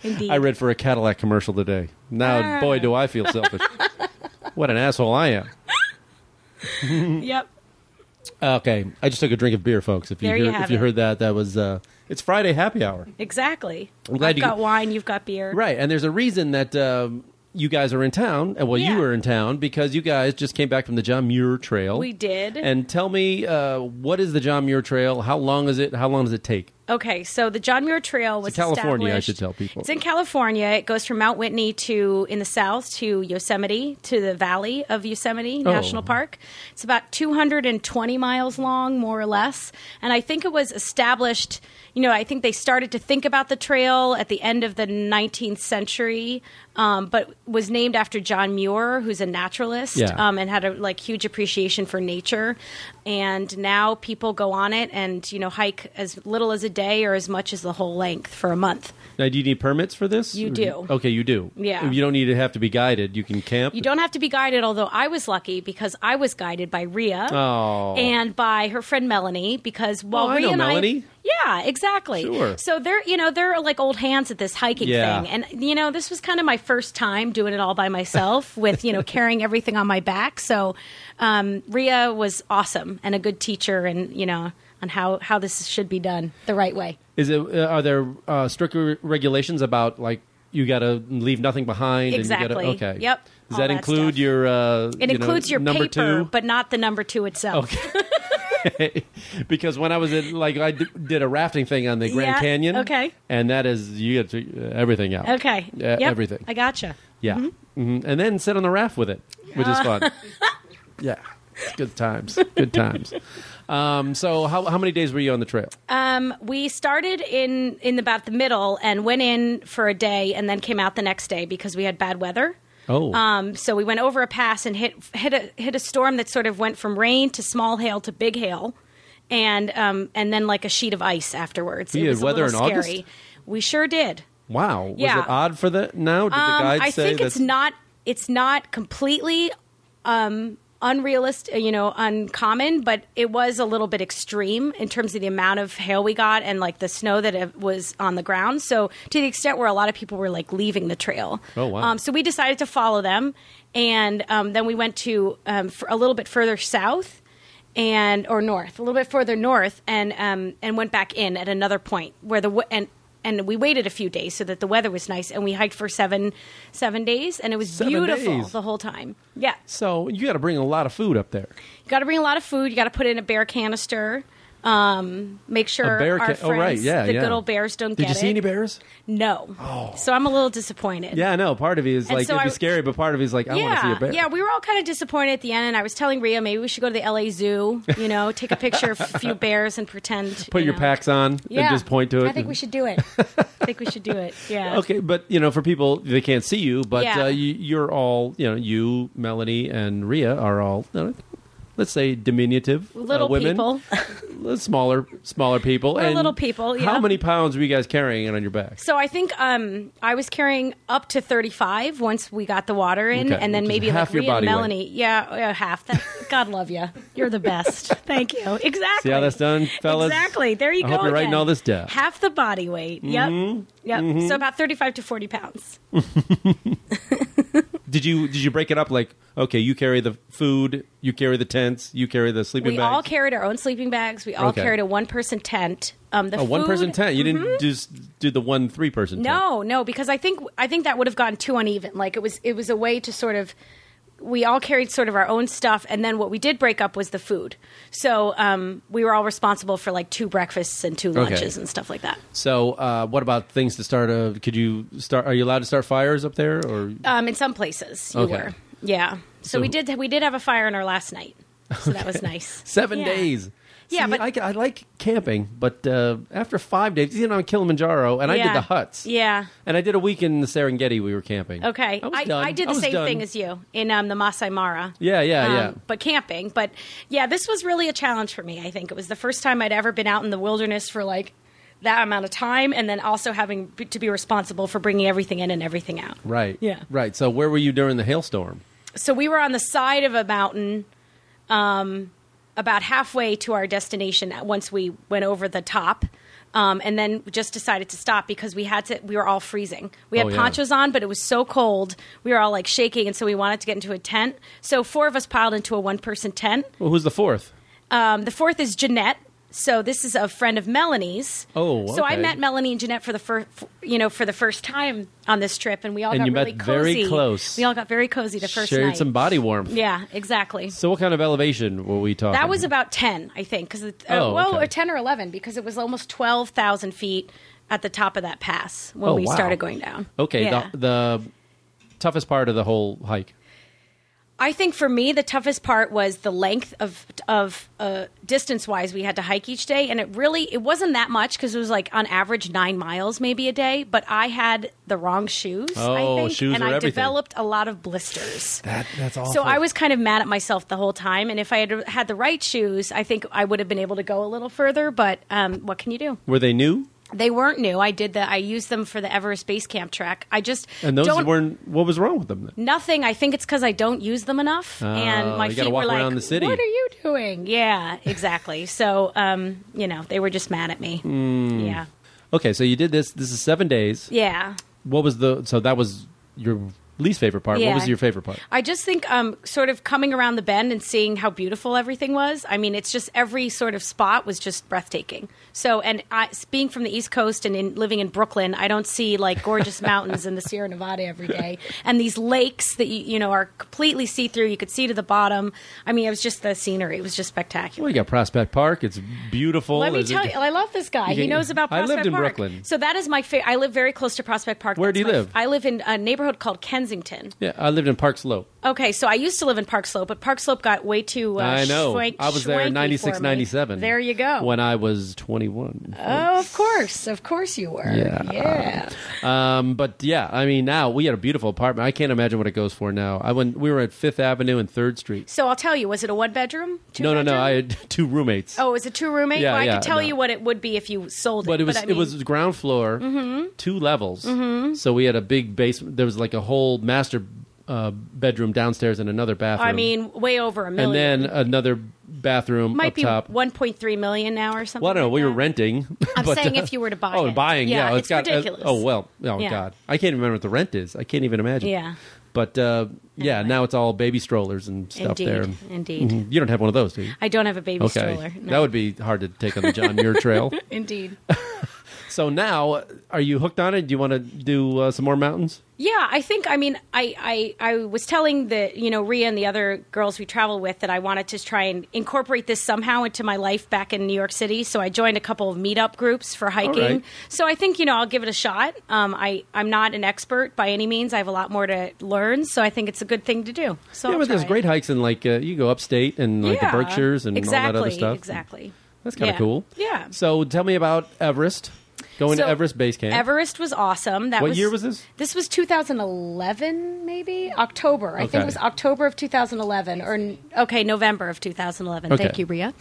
[SPEAKER 3] Indeed.
[SPEAKER 1] I read for a Cadillac commercial today. Now,
[SPEAKER 3] Ah.
[SPEAKER 1] boy, do I feel selfish. what an asshole I am.
[SPEAKER 3] Yep.
[SPEAKER 1] Okay, I just took a drink of beer, folks. If you
[SPEAKER 3] There you
[SPEAKER 1] hear,
[SPEAKER 3] have
[SPEAKER 1] if you
[SPEAKER 3] it.
[SPEAKER 1] heard that, that was uh, it's Friday happy hour.
[SPEAKER 3] Exactly.
[SPEAKER 1] I'm glad
[SPEAKER 3] I've
[SPEAKER 1] you-
[SPEAKER 3] got wine. You've got beer.
[SPEAKER 1] Right, and there's a reason that um, you guys are in town. and Well, you
[SPEAKER 3] Yeah.
[SPEAKER 1] were in town because you guys just came back from the John Muir Trail.
[SPEAKER 3] We did.
[SPEAKER 1] And tell me, uh, what is the John Muir Trail? How long is it? How long does it take?
[SPEAKER 3] Okay, so the John Muir Trail was
[SPEAKER 1] It's in California, I
[SPEAKER 3] established-
[SPEAKER 1] should tell people.
[SPEAKER 3] It's in California. It goes from Mount Whitney to in the south to Yosemite to the Valley of Yosemite
[SPEAKER 1] Oh.
[SPEAKER 3] National Park. It's about 220 miles long, more or less. And I think it was established. You know, I think they started to think about the trail at the end of the 19th century, um, but was named after John Muir, who's a naturalist
[SPEAKER 1] Yeah.
[SPEAKER 3] um, and had a like huge appreciation for nature. And now people go on it and you know hike as little as a day or as much as the whole length for a month.
[SPEAKER 1] Now, do you need permits for this?
[SPEAKER 3] You
[SPEAKER 1] Or
[SPEAKER 3] do.
[SPEAKER 1] Okay, you do.
[SPEAKER 3] Yeah.
[SPEAKER 1] You don't need to have to be guided. You can camp.
[SPEAKER 3] You don't have to be guided, although I was lucky because I was guided by Rhea
[SPEAKER 1] Oh.
[SPEAKER 3] and by her friend Melanie. Because while
[SPEAKER 1] Oh, I
[SPEAKER 3] Rhea
[SPEAKER 1] know
[SPEAKER 3] and
[SPEAKER 1] Melanie.
[SPEAKER 3] I, yeah, exactly.
[SPEAKER 1] Sure.
[SPEAKER 3] So they're you know they're like old hands at this hiking
[SPEAKER 1] Yeah.
[SPEAKER 3] thing, and you know this was kind of my first time doing it all by myself with you know carrying everything on my back. So um, Rhea was awesome and a good teacher, and you know on how how this should be done the right way.
[SPEAKER 1] Is it? Uh, are there uh, strict re- regulations about like you got to leave nothing behind? And
[SPEAKER 3] Exactly.
[SPEAKER 1] you gotta, okay.
[SPEAKER 3] Yep.
[SPEAKER 1] Does
[SPEAKER 3] All
[SPEAKER 1] that
[SPEAKER 3] that
[SPEAKER 1] include
[SPEAKER 3] stuff.
[SPEAKER 1] your? Uh,
[SPEAKER 3] It
[SPEAKER 1] you know,
[SPEAKER 3] includes your
[SPEAKER 1] number
[SPEAKER 3] paper,
[SPEAKER 1] two?
[SPEAKER 3] but not the number two itself.
[SPEAKER 1] Okay. because when I was in, like, I d- did a rafting thing on the Grand
[SPEAKER 3] Yeah,
[SPEAKER 1] Canyon.
[SPEAKER 3] okay.
[SPEAKER 1] And that is, you get to, uh, everything out. Mm-hmm.
[SPEAKER 3] Okay. Mm-hmm.
[SPEAKER 1] Yeah,
[SPEAKER 3] Yep.
[SPEAKER 1] Everything.
[SPEAKER 3] I gotcha.
[SPEAKER 1] yeah. hmm And then sit on the raft with it, which is fun. yeah. It's good times. Good times. Um, so, how, how many days were you on the trail?
[SPEAKER 3] Um, we started in in about the middle and went in for a day and then came out the next day because we had bad weather.
[SPEAKER 1] Oh.
[SPEAKER 3] Um, so we went over a pass and hit hit a hit a storm that sort of went from rain to small hail to big hail, and um, and then like a sheet of ice afterwards.
[SPEAKER 1] You
[SPEAKER 3] it
[SPEAKER 1] had
[SPEAKER 3] was a
[SPEAKER 1] weather
[SPEAKER 3] little
[SPEAKER 1] in
[SPEAKER 3] scary.
[SPEAKER 1] August?
[SPEAKER 3] We sure did.
[SPEAKER 1] wow.
[SPEAKER 3] yeah.
[SPEAKER 1] Was it odd for the now? Did the
[SPEAKER 3] Um,
[SPEAKER 1] guide
[SPEAKER 3] I
[SPEAKER 1] say
[SPEAKER 3] think it's
[SPEAKER 1] that's-
[SPEAKER 3] not it's not completely um, unrealistic, you know, uncommon, but it was a little bit extreme in terms of the amount of hail we got and like the snow that it was on the ground. So to the extent where a lot of people were like leaving the trail.
[SPEAKER 1] Oh, wow.
[SPEAKER 3] Um, so we decided to follow them, and um, then we went to um, for a little bit further south. And or north, a little bit further north, and um, and went back in at another point where the w- and and we waited a few days so that the weather was nice, and we hiked for seven seven days, and it was
[SPEAKER 1] Seven
[SPEAKER 3] beautiful
[SPEAKER 1] days.
[SPEAKER 3] the whole time. Yeah,
[SPEAKER 1] So, you got to bring a lot of food up there.
[SPEAKER 3] you got to bring a lot of food. You got to put in a bear canister. Um, make sure
[SPEAKER 1] a bear
[SPEAKER 3] our
[SPEAKER 1] ca-
[SPEAKER 3] friends,
[SPEAKER 1] Oh, right. Yeah.
[SPEAKER 3] the
[SPEAKER 1] yeah.
[SPEAKER 3] good old bears, don't
[SPEAKER 1] Did
[SPEAKER 3] get
[SPEAKER 1] you see
[SPEAKER 3] it.
[SPEAKER 1] any bears?
[SPEAKER 3] No, so I'm a little disappointed.
[SPEAKER 1] Yeah, I know. Part of you is
[SPEAKER 3] And
[SPEAKER 1] like,
[SPEAKER 3] so
[SPEAKER 1] it'd be
[SPEAKER 3] I-
[SPEAKER 1] scary, but part of you is like, I want to see a bear.
[SPEAKER 3] Yeah, we were all kind of disappointed at the end, and I was telling Ria maybe we should go to the LA Zoo, you know, take a picture of a few bears and pretend.
[SPEAKER 1] Put
[SPEAKER 3] you
[SPEAKER 1] your
[SPEAKER 3] know.
[SPEAKER 1] packs on
[SPEAKER 3] Yeah,
[SPEAKER 1] and just point to it.
[SPEAKER 3] I think
[SPEAKER 1] and-
[SPEAKER 3] we should do it. I think we should do it. Yeah.
[SPEAKER 1] Okay, but you know, for people they can't see you, but
[SPEAKER 3] Yeah.
[SPEAKER 1] uh, you, you're all you know. You, Melanie, and Ria are all uh, let's say diminutive uh,
[SPEAKER 3] Little
[SPEAKER 1] women,
[SPEAKER 3] people.
[SPEAKER 1] Uh, smaller smaller people.
[SPEAKER 3] We're
[SPEAKER 1] and
[SPEAKER 3] little people, yeah.
[SPEAKER 1] How many pounds were you guys carrying on your back?
[SPEAKER 3] So I think um, I was carrying up to 35 once we got the water in,
[SPEAKER 1] Okay,
[SPEAKER 3] and then
[SPEAKER 1] which is
[SPEAKER 3] maybe
[SPEAKER 1] half
[SPEAKER 3] like
[SPEAKER 1] your
[SPEAKER 3] Rhea and
[SPEAKER 1] body weight.
[SPEAKER 3] Melanie. Yeah, yeah, half. That, God love you. You're the best. Thank you. Exactly.
[SPEAKER 1] See how that's done, fellas.
[SPEAKER 3] Exactly. There you
[SPEAKER 1] I
[SPEAKER 3] go.
[SPEAKER 1] hope you're writing
[SPEAKER 3] again.
[SPEAKER 1] all this Mm-hmm. down.
[SPEAKER 3] Half the body weight. Yep. Yep. So about 35 to 40 pounds.
[SPEAKER 1] Did you did you break it up like okay, you carry the food, you carry the tents, you carry the sleeping
[SPEAKER 3] We
[SPEAKER 1] bags.
[SPEAKER 3] all carried our own sleeping bags. We all
[SPEAKER 1] Okay.
[SPEAKER 3] carried a one person tent. Um, the
[SPEAKER 1] a one person
[SPEAKER 3] food- Mm-hmm.
[SPEAKER 1] tent. You didn't just do the one three person. tent.
[SPEAKER 3] No, no, because I think I think that would have gotten too uneven. Like it was it was a way to sort of we all carried sort of our own stuff, and then what we did break up was the food. So um, we were all responsible for like two breakfasts and two lunches and stuff like that.
[SPEAKER 1] So, uh, what about things to start? A, could you start? Are you allowed to start fires up there? Or
[SPEAKER 3] Um, in some places, you
[SPEAKER 1] Okay.
[SPEAKER 3] were, yeah. So,
[SPEAKER 1] So-
[SPEAKER 3] we did we did have a fire in our last night, so that was nice.
[SPEAKER 1] Seven
[SPEAKER 3] Yeah.
[SPEAKER 1] days.
[SPEAKER 3] Yeah,
[SPEAKER 1] See,
[SPEAKER 3] but-
[SPEAKER 1] I, ca- I like camping, but uh, after five days, you know, on Kilimanjaro, and I
[SPEAKER 3] Yeah.
[SPEAKER 1] did the huts.
[SPEAKER 3] Yeah.
[SPEAKER 1] And I did a week in the Serengeti. We were camping.
[SPEAKER 3] Okay,
[SPEAKER 1] I, was
[SPEAKER 3] I,
[SPEAKER 1] done.
[SPEAKER 3] I did
[SPEAKER 1] I
[SPEAKER 3] the
[SPEAKER 1] was
[SPEAKER 3] same
[SPEAKER 1] done.
[SPEAKER 3] thing as you in um, the Masai Mara.
[SPEAKER 1] Yeah, yeah,
[SPEAKER 3] um,
[SPEAKER 1] yeah.
[SPEAKER 3] But camping, but yeah, this was really a challenge for me. I think it was the first time I'd ever been out in the wilderness for like that amount of time, and then also having b- to be responsible for bringing everything in and everything out.
[SPEAKER 1] Right.
[SPEAKER 3] Yeah.
[SPEAKER 1] Right. So, where were you during the hailstorm?
[SPEAKER 3] So we were on the side of a mountain, um, about halfway to our destination. Once we went over the top. Um, and then just decided to stop because we had to. We were all freezing. We had
[SPEAKER 1] Oh, yeah.
[SPEAKER 3] ponchos on, but it was so cold. We were all like shaking, and so we wanted to get into a tent. So four of us piled into a one-person tent,
[SPEAKER 1] Well, who's the fourth?
[SPEAKER 3] Um, the fourth is Jeanette. So this is a friend of Melanie's.
[SPEAKER 1] Oh,
[SPEAKER 3] so I
[SPEAKER 1] okay.
[SPEAKER 3] met Melanie and Jeanette for the first, you know, for the first time on this trip, and we all
[SPEAKER 1] And
[SPEAKER 3] got
[SPEAKER 1] you met
[SPEAKER 3] really
[SPEAKER 1] very
[SPEAKER 3] cozy.
[SPEAKER 1] close.
[SPEAKER 3] We all got very cozy the first
[SPEAKER 1] Shared
[SPEAKER 3] night.
[SPEAKER 1] some body warmth.
[SPEAKER 3] yeah, exactly.
[SPEAKER 1] So, what kind of elevation were we talking?
[SPEAKER 3] That was about ten, I think, because uh,
[SPEAKER 1] Oh,
[SPEAKER 3] well,
[SPEAKER 1] okay.
[SPEAKER 3] or ten or eleven, because it was almost twelve thousand feet at the top of that pass when
[SPEAKER 1] Oh,
[SPEAKER 3] we
[SPEAKER 1] wow.
[SPEAKER 3] started going down.
[SPEAKER 1] Okay.
[SPEAKER 3] Yeah.
[SPEAKER 1] The, the toughest part of the whole hike.
[SPEAKER 3] I think for me the toughest part was the length of of uh, distance wise we had to hike each day, and it really it wasn't that much because it was like on average nine miles maybe a day. But I had the wrong shoes,
[SPEAKER 1] Oh,
[SPEAKER 3] I think,
[SPEAKER 1] shoes
[SPEAKER 3] and
[SPEAKER 1] are
[SPEAKER 3] I
[SPEAKER 1] everything.
[SPEAKER 3] developed a lot of blisters.
[SPEAKER 1] That, that's awful.
[SPEAKER 3] so I was kind of mad at myself the whole time, and if I had had the right shoes, I think I would have been able to go a little further. But um, what can you do?
[SPEAKER 1] Were they new?
[SPEAKER 3] They weren't new. I did the I used them for the Everest Base Camp track. I just
[SPEAKER 1] And those
[SPEAKER 3] don't,
[SPEAKER 1] weren't. What was wrong with them? Then?
[SPEAKER 3] Nothing. I think it's because I don't use them enough, and
[SPEAKER 1] Oh,
[SPEAKER 3] my
[SPEAKER 1] you
[SPEAKER 3] feet
[SPEAKER 1] gotta
[SPEAKER 3] were
[SPEAKER 1] walk
[SPEAKER 3] like,
[SPEAKER 1] around the city.
[SPEAKER 3] "What are you doing?" Yeah, exactly. so, um, you know, they were just mad at me.
[SPEAKER 1] Hmm.
[SPEAKER 3] Yeah,
[SPEAKER 1] Okay, so you did this. This is seven days.
[SPEAKER 3] yeah.
[SPEAKER 1] What was the? So that was your least favorite part. What
[SPEAKER 3] Yeah.
[SPEAKER 1] was your favorite part?
[SPEAKER 3] I just think, um, sort of coming around the bend and seeing how beautiful everything was. I mean, it's just every sort of spot was just breathtaking. So, and I, being from the East Coast and in, living in Brooklyn, I don't see like gorgeous mountains in the Sierra Nevada every day, and these lakes that you you know are completely see through. You could see to the bottom. I mean, it was just the scenery. It was just spectacular.
[SPEAKER 1] Well, you got Prospect Park. It's beautiful.
[SPEAKER 3] Let me
[SPEAKER 1] Is it-
[SPEAKER 3] tell you, I love this guy.
[SPEAKER 1] You
[SPEAKER 3] he
[SPEAKER 1] can-
[SPEAKER 3] knows about
[SPEAKER 1] I lived
[SPEAKER 3] Prospect
[SPEAKER 1] in
[SPEAKER 3] Park.
[SPEAKER 1] Brooklyn.
[SPEAKER 3] So that is my favorite. I live very close to Prospect Park.
[SPEAKER 1] Where do
[SPEAKER 3] That's
[SPEAKER 1] you
[SPEAKER 3] my-
[SPEAKER 1] live?
[SPEAKER 3] I live in a neighborhood called Kensington.
[SPEAKER 1] yeah, I lived in Park Slope.
[SPEAKER 3] Okay, so I used to live in Park Slope, but Park Slope got way too. Uh,
[SPEAKER 1] I know.
[SPEAKER 3] Swank,
[SPEAKER 1] I was there
[SPEAKER 3] schwanky
[SPEAKER 1] in 96,
[SPEAKER 3] for me.
[SPEAKER 1] 97.
[SPEAKER 3] There you go.
[SPEAKER 1] When I was 21.
[SPEAKER 3] oh, of course, of course you were.
[SPEAKER 1] Yeah.
[SPEAKER 3] yeah.
[SPEAKER 1] Um, but yeah, I mean, now we had a beautiful apartment. I can't imagine what it goes for now. I went, we were at Fifth Avenue and Third Street.
[SPEAKER 3] So I'll tell you, was it a one bedroom? Two
[SPEAKER 1] no, no, no.
[SPEAKER 3] bedroom?
[SPEAKER 1] I had two roommates.
[SPEAKER 3] Oh, it was a two roommate.
[SPEAKER 1] Yeah,
[SPEAKER 3] well, I
[SPEAKER 1] yeah,
[SPEAKER 3] could tell
[SPEAKER 1] no.
[SPEAKER 3] you what it would be if you sold it.
[SPEAKER 1] but it was
[SPEAKER 3] I
[SPEAKER 1] it
[SPEAKER 3] mean- Mm-hmm.
[SPEAKER 1] was ground floor, two levels. So we had a big basement. There was like a whole master uh, bedroom downstairs and another bathroom.
[SPEAKER 3] I mean, way over a
[SPEAKER 1] and
[SPEAKER 3] million.
[SPEAKER 1] then another bathroom
[SPEAKER 3] might
[SPEAKER 1] up
[SPEAKER 3] be
[SPEAKER 1] top.
[SPEAKER 3] 1.3 million now or something.
[SPEAKER 1] Well, I don't know.
[SPEAKER 3] like
[SPEAKER 1] We were
[SPEAKER 3] that.
[SPEAKER 1] renting.
[SPEAKER 3] I'm
[SPEAKER 1] but,
[SPEAKER 3] saying
[SPEAKER 1] uh,
[SPEAKER 3] if you were to buy
[SPEAKER 1] oh,
[SPEAKER 3] it.
[SPEAKER 1] buying, yeah,
[SPEAKER 3] Yeah,
[SPEAKER 1] it's
[SPEAKER 3] it's
[SPEAKER 1] got. uh,
[SPEAKER 3] ridiculous.
[SPEAKER 1] oh well, oh
[SPEAKER 3] Yeah.
[SPEAKER 1] god, I can't even remember what the rent is. I can't even imagine.
[SPEAKER 3] Yeah.
[SPEAKER 1] But uh, yeah,
[SPEAKER 3] Anyway.
[SPEAKER 1] now it's all baby strollers and stuff
[SPEAKER 3] Indeed,
[SPEAKER 1] there.
[SPEAKER 3] indeed.
[SPEAKER 1] Mhm. You don't have one of those, do you?
[SPEAKER 3] I don't have a baby
[SPEAKER 1] okay,
[SPEAKER 3] stroller. No.
[SPEAKER 1] that would be hard to take on the John Muir Trail.
[SPEAKER 3] Indeed.
[SPEAKER 1] So now, are you hooked on it? Do you want to do uh, some more mountains?
[SPEAKER 3] Yeah, I think. I mean, I, I I was telling the you know Rhea and the other girls we travel with that I wanted to try and incorporate this somehow into my life back in New York City. So I joined a couple of meetup groups for hiking.
[SPEAKER 1] right.
[SPEAKER 3] So I think you know I'll give it a shot. Um, I I'm not an expert by any means. I have a lot more to learn. So I think it's a good thing to do. So
[SPEAKER 1] yeah,
[SPEAKER 3] I'll
[SPEAKER 1] but there's
[SPEAKER 3] try
[SPEAKER 1] great
[SPEAKER 3] it.
[SPEAKER 1] hikes in like uh, you go upstate and like
[SPEAKER 3] Yeah,
[SPEAKER 1] the Berkshires and all that other
[SPEAKER 3] exactly,
[SPEAKER 1] stuff.
[SPEAKER 3] Exactly.
[SPEAKER 1] That's kind of
[SPEAKER 3] Yeah.
[SPEAKER 1] cool.
[SPEAKER 3] Yeah.
[SPEAKER 1] So tell me about Everest. Going
[SPEAKER 3] So,
[SPEAKER 1] to Oh, Everest base camp.
[SPEAKER 3] Everest was awesome. That
[SPEAKER 1] What year was this?
[SPEAKER 3] This was 2011, maybe October. I think
[SPEAKER 1] Okay.
[SPEAKER 3] it was October of 2011, or n- okay, November of 2011.
[SPEAKER 1] Okay.
[SPEAKER 3] Thank you, Ria.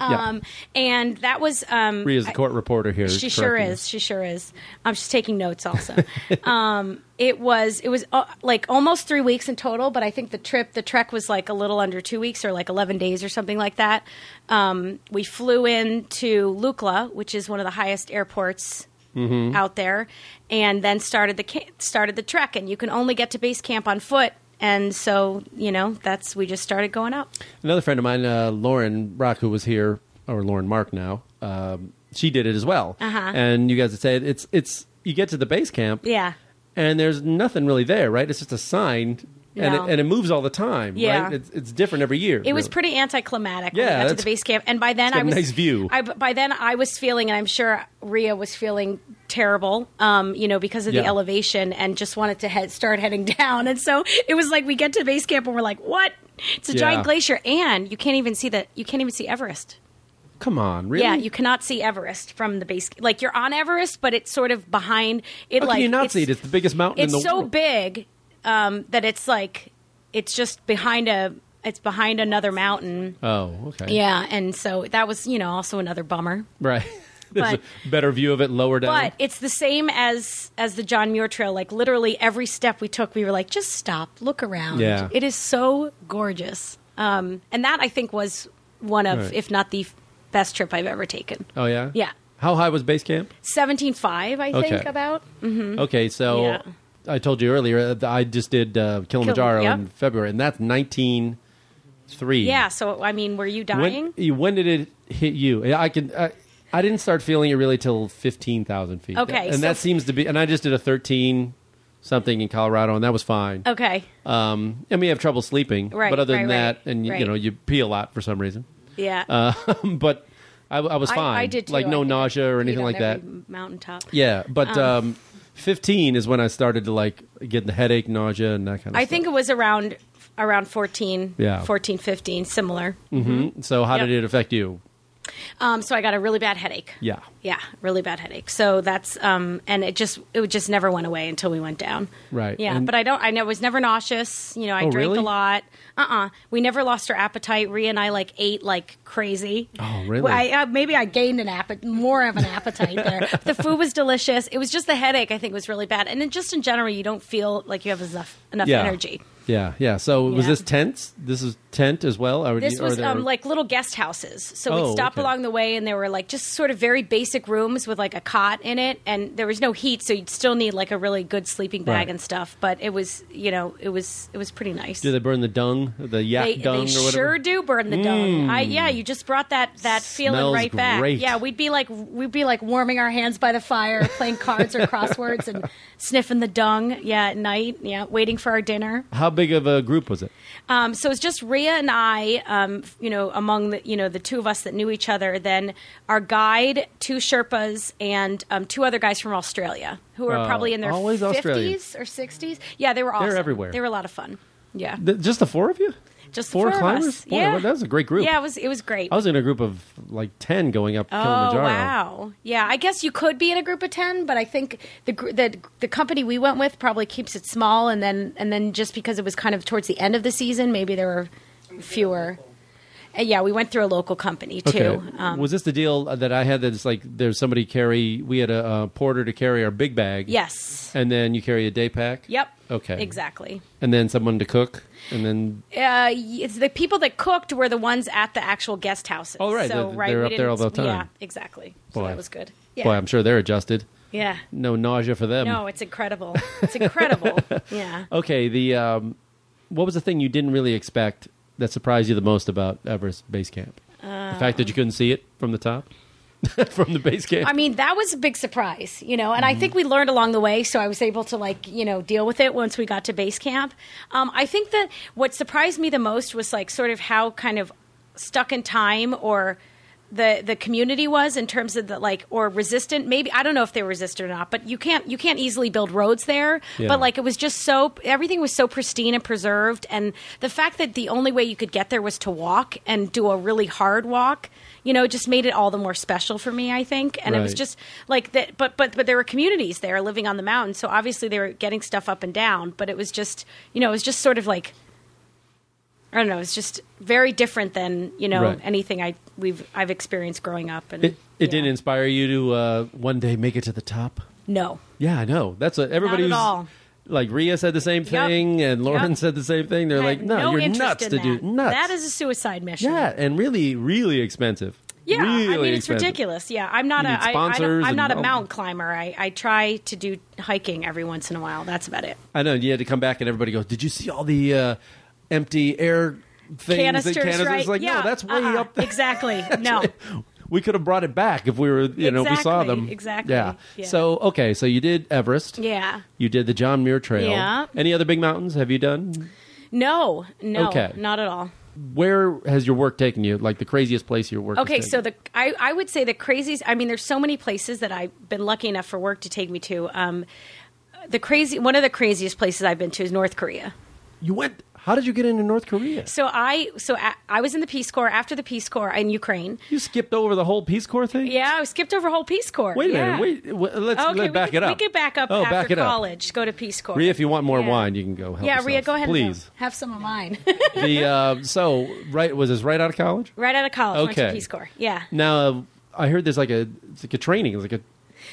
[SPEAKER 3] Um, And that was um,
[SPEAKER 1] Rhea's the court reporter here.
[SPEAKER 3] she sure
[SPEAKER 1] correcting
[SPEAKER 3] is.
[SPEAKER 1] us.
[SPEAKER 3] She sure is. Um, she's taking notes also. um, it was it was uh, like almost three weeks in total, but I think the trip, the trek was like a little under two weeks or like eleven days or something like that. Um, we flew in to Lukla, which is one of the highest airports. Out there, and then started the ca- started the trek, and you can only get to base camp on foot, and so you know that's we just started going up.
[SPEAKER 1] Another friend of mine, uh, Lauren Rock, who was here, or Lauren Mark now, um, she did it as well.
[SPEAKER 3] Uh-huh.
[SPEAKER 1] And you guys had said it's it's you get to the base camp,
[SPEAKER 3] Yeah,
[SPEAKER 1] and there's nothing really there, right? It's just a sign, and,
[SPEAKER 3] No.
[SPEAKER 1] it, and it moves all the time,
[SPEAKER 3] Yeah.
[SPEAKER 1] right? It's, it's different every year.
[SPEAKER 3] It was pretty anticlimactic
[SPEAKER 1] Yeah,
[SPEAKER 3] when we got to
[SPEAKER 1] that's-
[SPEAKER 3] the base camp, and by then
[SPEAKER 1] it's got
[SPEAKER 3] I
[SPEAKER 1] a
[SPEAKER 3] was
[SPEAKER 1] nice view.
[SPEAKER 3] I, by then I was feeling, and I'm sure Rhea was feeling terrible, um, you know, because of the
[SPEAKER 1] Yeah.
[SPEAKER 3] elevation, and just wanted to head, start heading down. And so it was like we get to base camp, and we're like, "What? It's a
[SPEAKER 1] Yeah.
[SPEAKER 3] giant glacier, and you can't even see that. You can't even see Everest.
[SPEAKER 1] Come on, really?
[SPEAKER 3] Yeah, you cannot see Everest from the base. Like you're on Everest, but it's sort of behind it.
[SPEAKER 1] How
[SPEAKER 3] like
[SPEAKER 1] can you not
[SPEAKER 3] it's-
[SPEAKER 1] see it? It's the biggest mountain in
[SPEAKER 3] it's
[SPEAKER 1] the
[SPEAKER 3] so
[SPEAKER 1] world.
[SPEAKER 3] big um, that it's like it's just behind a it's behind another mountain.
[SPEAKER 1] Oh, okay.
[SPEAKER 3] Yeah, and so that was, you know, also another bummer.
[SPEAKER 1] Right. There's
[SPEAKER 3] But-
[SPEAKER 1] a better view of it lower down.
[SPEAKER 3] But it's the same as as the John Muir Trail. Like literally every step we took, we were like, just stop, look around.
[SPEAKER 1] Yeah.
[SPEAKER 3] It is so gorgeous. Um, and that I think was one of,
[SPEAKER 1] Right.
[SPEAKER 3] if not the f- best trip I've ever taken.
[SPEAKER 1] oh yeah.
[SPEAKER 3] Yeah.
[SPEAKER 1] How high was base camp?
[SPEAKER 3] Seventeen five, I think
[SPEAKER 1] Okay. Hmm.
[SPEAKER 3] about.
[SPEAKER 1] Okay, so
[SPEAKER 3] Mm-hmm. Yeah.
[SPEAKER 1] I told you earlier uh, I just did uh, Kilimanjaro
[SPEAKER 3] yep.
[SPEAKER 1] in February, and that's nineteen three.
[SPEAKER 3] Yeah. So I mean, were you dying?
[SPEAKER 1] When, when did it hit you? Yeah, I can. I, I didn't start feeling it really till fifteen thousand feet.
[SPEAKER 3] Okay,
[SPEAKER 1] and
[SPEAKER 3] so-
[SPEAKER 1] that seems to be. And I just did a thirteen something in Colorado, and that was fine.
[SPEAKER 3] okay.
[SPEAKER 1] Um, and we have trouble sleeping,
[SPEAKER 3] Oh. Right,
[SPEAKER 1] But other
[SPEAKER 3] right,
[SPEAKER 1] than that,
[SPEAKER 3] right,
[SPEAKER 1] and you, you
[SPEAKER 3] right.
[SPEAKER 1] know, you pee a lot for some reason.
[SPEAKER 3] Yeah.
[SPEAKER 1] uh, but I, I was
[SPEAKER 3] I-
[SPEAKER 1] fine.
[SPEAKER 3] I, did too.
[SPEAKER 1] Like
[SPEAKER 3] I
[SPEAKER 1] no
[SPEAKER 3] think I
[SPEAKER 1] nausea or
[SPEAKER 3] peed
[SPEAKER 1] anything
[SPEAKER 3] on
[SPEAKER 1] like that.
[SPEAKER 3] every Mountaintop.
[SPEAKER 1] Yeah, but um, 15 is when I started to like get the headache, nausea, and that kind of
[SPEAKER 3] I
[SPEAKER 1] stuff.
[SPEAKER 3] think it was around around 14,
[SPEAKER 1] Yeah. Hmm.
[SPEAKER 3] 14, 15, similar.
[SPEAKER 1] So, how did
[SPEAKER 3] Yep.
[SPEAKER 1] it affect you?
[SPEAKER 3] Um, so I got a really bad headache.
[SPEAKER 1] Yeah.
[SPEAKER 3] Yeah, really bad headache. So that's um, and it just it would just never went away until we went down.
[SPEAKER 1] Right.
[SPEAKER 3] Yeah,
[SPEAKER 1] And-
[SPEAKER 3] but I don't. I know was never nauseous. You know, I
[SPEAKER 1] Oh,
[SPEAKER 3] drank
[SPEAKER 1] really?
[SPEAKER 3] a lot. Uh. uh We never lost our appetite. Rhea and I like ate like crazy.
[SPEAKER 1] Oh, really?
[SPEAKER 3] Well, I, uh, maybe I gained an appetite, more of an appetite there. the food was delicious. It was just the headache. I think was really bad, and then just in general, you don't feel like you have enough enough
[SPEAKER 1] Yeah.
[SPEAKER 3] energy.
[SPEAKER 1] Yeah, yeah. So, was
[SPEAKER 3] Yeah.
[SPEAKER 1] this tent? This is tent as well? Or,
[SPEAKER 3] This
[SPEAKER 1] or
[SPEAKER 3] was
[SPEAKER 1] there-
[SPEAKER 3] um, like little guest houses. So
[SPEAKER 1] Oh,
[SPEAKER 3] we'd stop
[SPEAKER 1] okay.
[SPEAKER 3] along the way, and there were like just sort of very basic rooms with like a cot in it, and there was no heat, so you'd still need like a really good sleeping bag
[SPEAKER 1] Right.
[SPEAKER 3] and stuff. But it was, you know, it was it was pretty nice.
[SPEAKER 1] Did they burn the dung, the yak
[SPEAKER 3] they,
[SPEAKER 1] dung
[SPEAKER 3] they
[SPEAKER 1] or whatever? Hmm.
[SPEAKER 3] sure do burn the dung. I, yeah, you just brought that that feeling
[SPEAKER 1] Smells
[SPEAKER 3] right back.
[SPEAKER 1] great.
[SPEAKER 3] Yeah, we'd be like we'd be like warming our hands by the fire, playing cards or crosswords, and sniffing the dung. Yeah, at night. Yeah, waiting for our dinner.
[SPEAKER 1] How big of a group was it?
[SPEAKER 3] Um, so it's just Rhea and I, um, f- you know, among the you know the two of us that knew each other. Then our guide, two Sherpas, and um, two other guys from Australia who were
[SPEAKER 1] Wow.
[SPEAKER 3] probably in their
[SPEAKER 1] Uh, Always Australian.
[SPEAKER 3] fifties or sixties. Yeah, they were awesome.
[SPEAKER 1] everywhere.
[SPEAKER 3] They were a lot of fun. Yeah.
[SPEAKER 1] Th- just the four of you?
[SPEAKER 3] Just the
[SPEAKER 1] four,
[SPEAKER 3] four of
[SPEAKER 1] climbers?
[SPEAKER 3] us.
[SPEAKER 1] Boy,
[SPEAKER 3] Yeah.
[SPEAKER 1] that was a great group.
[SPEAKER 3] Yeah, it was it was great.
[SPEAKER 1] I was in a group of like 10 going up
[SPEAKER 3] Oh
[SPEAKER 1] Kilimanjaro.
[SPEAKER 3] wow! Yeah, I guess you could be in a group of ten, but I think the gr- the the company we went with probably keeps it small, and then and then just because it was kind of towards the end of the season, maybe there were fewer. Uh, yeah, we went through a local company too.
[SPEAKER 1] Okay.
[SPEAKER 3] Um,
[SPEAKER 1] was this the deal that I had that it's like there's somebody carry, we had a, uh porter to carry our big bag.
[SPEAKER 3] yes.
[SPEAKER 1] And then you carry a day pack?
[SPEAKER 3] Yep.
[SPEAKER 1] Okay.
[SPEAKER 3] Exactly.
[SPEAKER 1] And then someone to cook. And then,
[SPEAKER 3] Uh, y- it's the people that cooked were the ones at the actual guest houses.
[SPEAKER 1] Oh, right.
[SPEAKER 3] So
[SPEAKER 1] They're-
[SPEAKER 3] right,
[SPEAKER 1] they're
[SPEAKER 3] we
[SPEAKER 1] up there all
[SPEAKER 3] didn't-
[SPEAKER 1] the time.
[SPEAKER 3] Yeah, exactly. So
[SPEAKER 1] Boy.
[SPEAKER 3] that was good. Yeah.
[SPEAKER 1] boy, I'm sure they're adjusted.
[SPEAKER 3] yeah.
[SPEAKER 1] No nausea for them.
[SPEAKER 3] No, it's incredible. It's incredible. yeah.
[SPEAKER 1] Okay, the um, what was the thing you didn't really expect that surprised you the most about Everest Base Camp? the fact that you couldn't see it from the top, from the base camp.
[SPEAKER 3] I mean, that was a big surprise, you know, and I think we learned along the way. So I was able to, like, you know, deal with it once we got to base camp. Um, I think that what surprised me the most was, like, sort of how kind of stuck in time or the the community was in terms of the like or resistant maybe i don't know if they were resistant or not but you can't you can't easily build roads there
[SPEAKER 1] Yeah.
[SPEAKER 3] but like it was just so everything was so pristine and preserved and the fact that the only way you could get there was to walk and do a really hard walk you know just made it all the more special for me i think and it was
[SPEAKER 1] Right.
[SPEAKER 3] just like that but but but there were communities there living on the mountain so obviously they were getting stuff up and down but it was just you know it was just sort of like i don't know it's just very different than you know
[SPEAKER 1] Right.
[SPEAKER 3] anything i we've i've experienced growing up and
[SPEAKER 1] it it
[SPEAKER 3] yeah.
[SPEAKER 1] didn't inspire you to uh, one day make it to the top.
[SPEAKER 3] no
[SPEAKER 1] Yeah, I know. That's what everybody
[SPEAKER 3] at
[SPEAKER 1] who's-
[SPEAKER 3] all.
[SPEAKER 1] like Ria said the same
[SPEAKER 3] Yep.
[SPEAKER 1] thing, and Lauren
[SPEAKER 3] Yep.
[SPEAKER 1] said the same thing. They're
[SPEAKER 3] I
[SPEAKER 1] like,
[SPEAKER 3] have
[SPEAKER 1] no, you're
[SPEAKER 3] interest
[SPEAKER 1] nuts
[SPEAKER 3] in
[SPEAKER 1] to do
[SPEAKER 3] that.
[SPEAKER 1] nuts.
[SPEAKER 3] that is a suicide mission
[SPEAKER 1] yeah, and really, really expensive.
[SPEAKER 3] Yeah,
[SPEAKER 1] Really
[SPEAKER 3] I mean it's
[SPEAKER 1] expensive.
[SPEAKER 3] ridiculous. Yeah, I'm not
[SPEAKER 1] You
[SPEAKER 3] a
[SPEAKER 1] need
[SPEAKER 3] I, I
[SPEAKER 1] sponsors
[SPEAKER 3] don't, I'm not a
[SPEAKER 1] and all-
[SPEAKER 3] mountain climber. I, I try to do hiking every once in a while. That's about it.
[SPEAKER 1] I know you had to come back, and everybody goes, "Did you see all the uh, empty air things?
[SPEAKER 3] Canisters,
[SPEAKER 1] and canisters?
[SPEAKER 3] right?
[SPEAKER 1] It's like,
[SPEAKER 3] yeah,
[SPEAKER 1] no, that's way
[SPEAKER 3] uh-uh.
[SPEAKER 1] up there.
[SPEAKER 3] Exactly. no.
[SPEAKER 1] We could have brought it back if we were, you know, if we saw
[SPEAKER 3] Exactly,
[SPEAKER 1] them.
[SPEAKER 3] exactly,
[SPEAKER 1] Yeah.
[SPEAKER 3] yeah.
[SPEAKER 1] So okay, so you did Everest.
[SPEAKER 3] Yeah.
[SPEAKER 1] You did the John Muir Trail.
[SPEAKER 3] Yeah.
[SPEAKER 1] Any other big mountains have you done?
[SPEAKER 3] No. No.
[SPEAKER 1] Okay.
[SPEAKER 3] Not at all.
[SPEAKER 1] Where has your work taken you? Like the craziest place your work. has
[SPEAKER 3] Okay,
[SPEAKER 1] taken
[SPEAKER 3] so
[SPEAKER 1] you?
[SPEAKER 3] the I, I would say the craziest. I mean, there's so many places that I've been lucky enough for work to take me to. Um, the crazy one of the craziest places I've been to is North Korea.
[SPEAKER 1] you went. How did you get into North Korea?
[SPEAKER 3] So I so a, I was in the Peace Corps after the Peace Corps in Ukraine.
[SPEAKER 1] You skipped over the whole Peace Corps thing.
[SPEAKER 3] Yeah, I skipped over whole Peace Corps.
[SPEAKER 1] Wait a
[SPEAKER 3] yeah.
[SPEAKER 1] minute. Wait. w- Let's,
[SPEAKER 3] Okay,
[SPEAKER 1] let's
[SPEAKER 3] we
[SPEAKER 1] back
[SPEAKER 3] could,
[SPEAKER 1] it up.
[SPEAKER 3] We could back up
[SPEAKER 1] Oh,
[SPEAKER 3] after
[SPEAKER 1] back it up.
[SPEAKER 3] college. Go to Peace Corps.
[SPEAKER 1] Ria, if you want more
[SPEAKER 3] Yeah.
[SPEAKER 1] wine, you can go help
[SPEAKER 3] yeah,
[SPEAKER 1] yourself.
[SPEAKER 3] Ria, go ahead. and
[SPEAKER 1] Please.
[SPEAKER 3] have- have some of mine.
[SPEAKER 1] the uh, so right was this right out of college?
[SPEAKER 3] right out of college, went to
[SPEAKER 1] Okay.
[SPEAKER 3] Peace Corps. Yeah,
[SPEAKER 1] Now I heard there's like a it's like a training. It's like a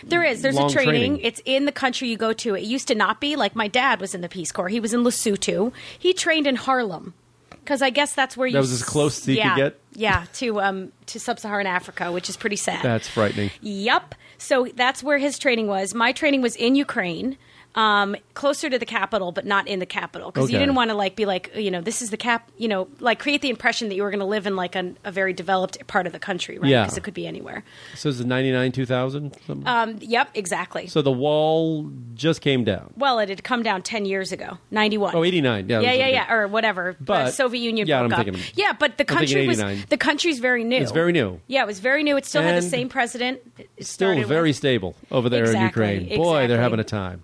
[SPEAKER 3] there is. There's
[SPEAKER 1] Long
[SPEAKER 3] a training.
[SPEAKER 1] training.
[SPEAKER 3] It's in the country you go to. It used to not be like my dad was in the Peace Corps. He was in Lesotho. He trained in Harlem because I guess that's where you.
[SPEAKER 1] That was as close as he could
[SPEAKER 3] yeah,
[SPEAKER 1] get?
[SPEAKER 3] Yeah, to um to sub-Saharan Africa, which is pretty sad.
[SPEAKER 1] that's frightening.
[SPEAKER 3] Yep. So that's where his training was. My training was in Ukraine, um, closer to the capital, but not in the capital because you
[SPEAKER 1] Okay.
[SPEAKER 3] didn't want to like be like you know this is the cap you know like create the impression that you were going to live in like an, a very developed part of the country, right?
[SPEAKER 1] Yeah.
[SPEAKER 3] Because it could be anywhere.
[SPEAKER 1] So it's ninety nine two thousand.
[SPEAKER 3] Um, yep. Exactly.
[SPEAKER 1] so the wall just came down.
[SPEAKER 3] well, it had come down ten years ago, ninety one.
[SPEAKER 1] Oh, 89. Yeah,
[SPEAKER 3] yeah,
[SPEAKER 1] it was
[SPEAKER 3] yeah,
[SPEAKER 1] like
[SPEAKER 3] yeah, or whatever.
[SPEAKER 1] But-
[SPEAKER 3] the Soviet Union
[SPEAKER 1] yeah,
[SPEAKER 3] broke
[SPEAKER 1] I'm
[SPEAKER 3] up.
[SPEAKER 1] thinking-
[SPEAKER 3] yeah, but the
[SPEAKER 1] I'm thinking
[SPEAKER 3] country was
[SPEAKER 1] 89.
[SPEAKER 3] the country's very new.
[SPEAKER 1] It's very new.
[SPEAKER 3] Yeah, it was very new. It still had
[SPEAKER 1] And
[SPEAKER 3] the same president. It started
[SPEAKER 1] Still
[SPEAKER 3] with-
[SPEAKER 1] very stable over there in
[SPEAKER 3] Exactly,
[SPEAKER 1] Ukraine. Boy, they're
[SPEAKER 3] exactly.
[SPEAKER 1] having a time.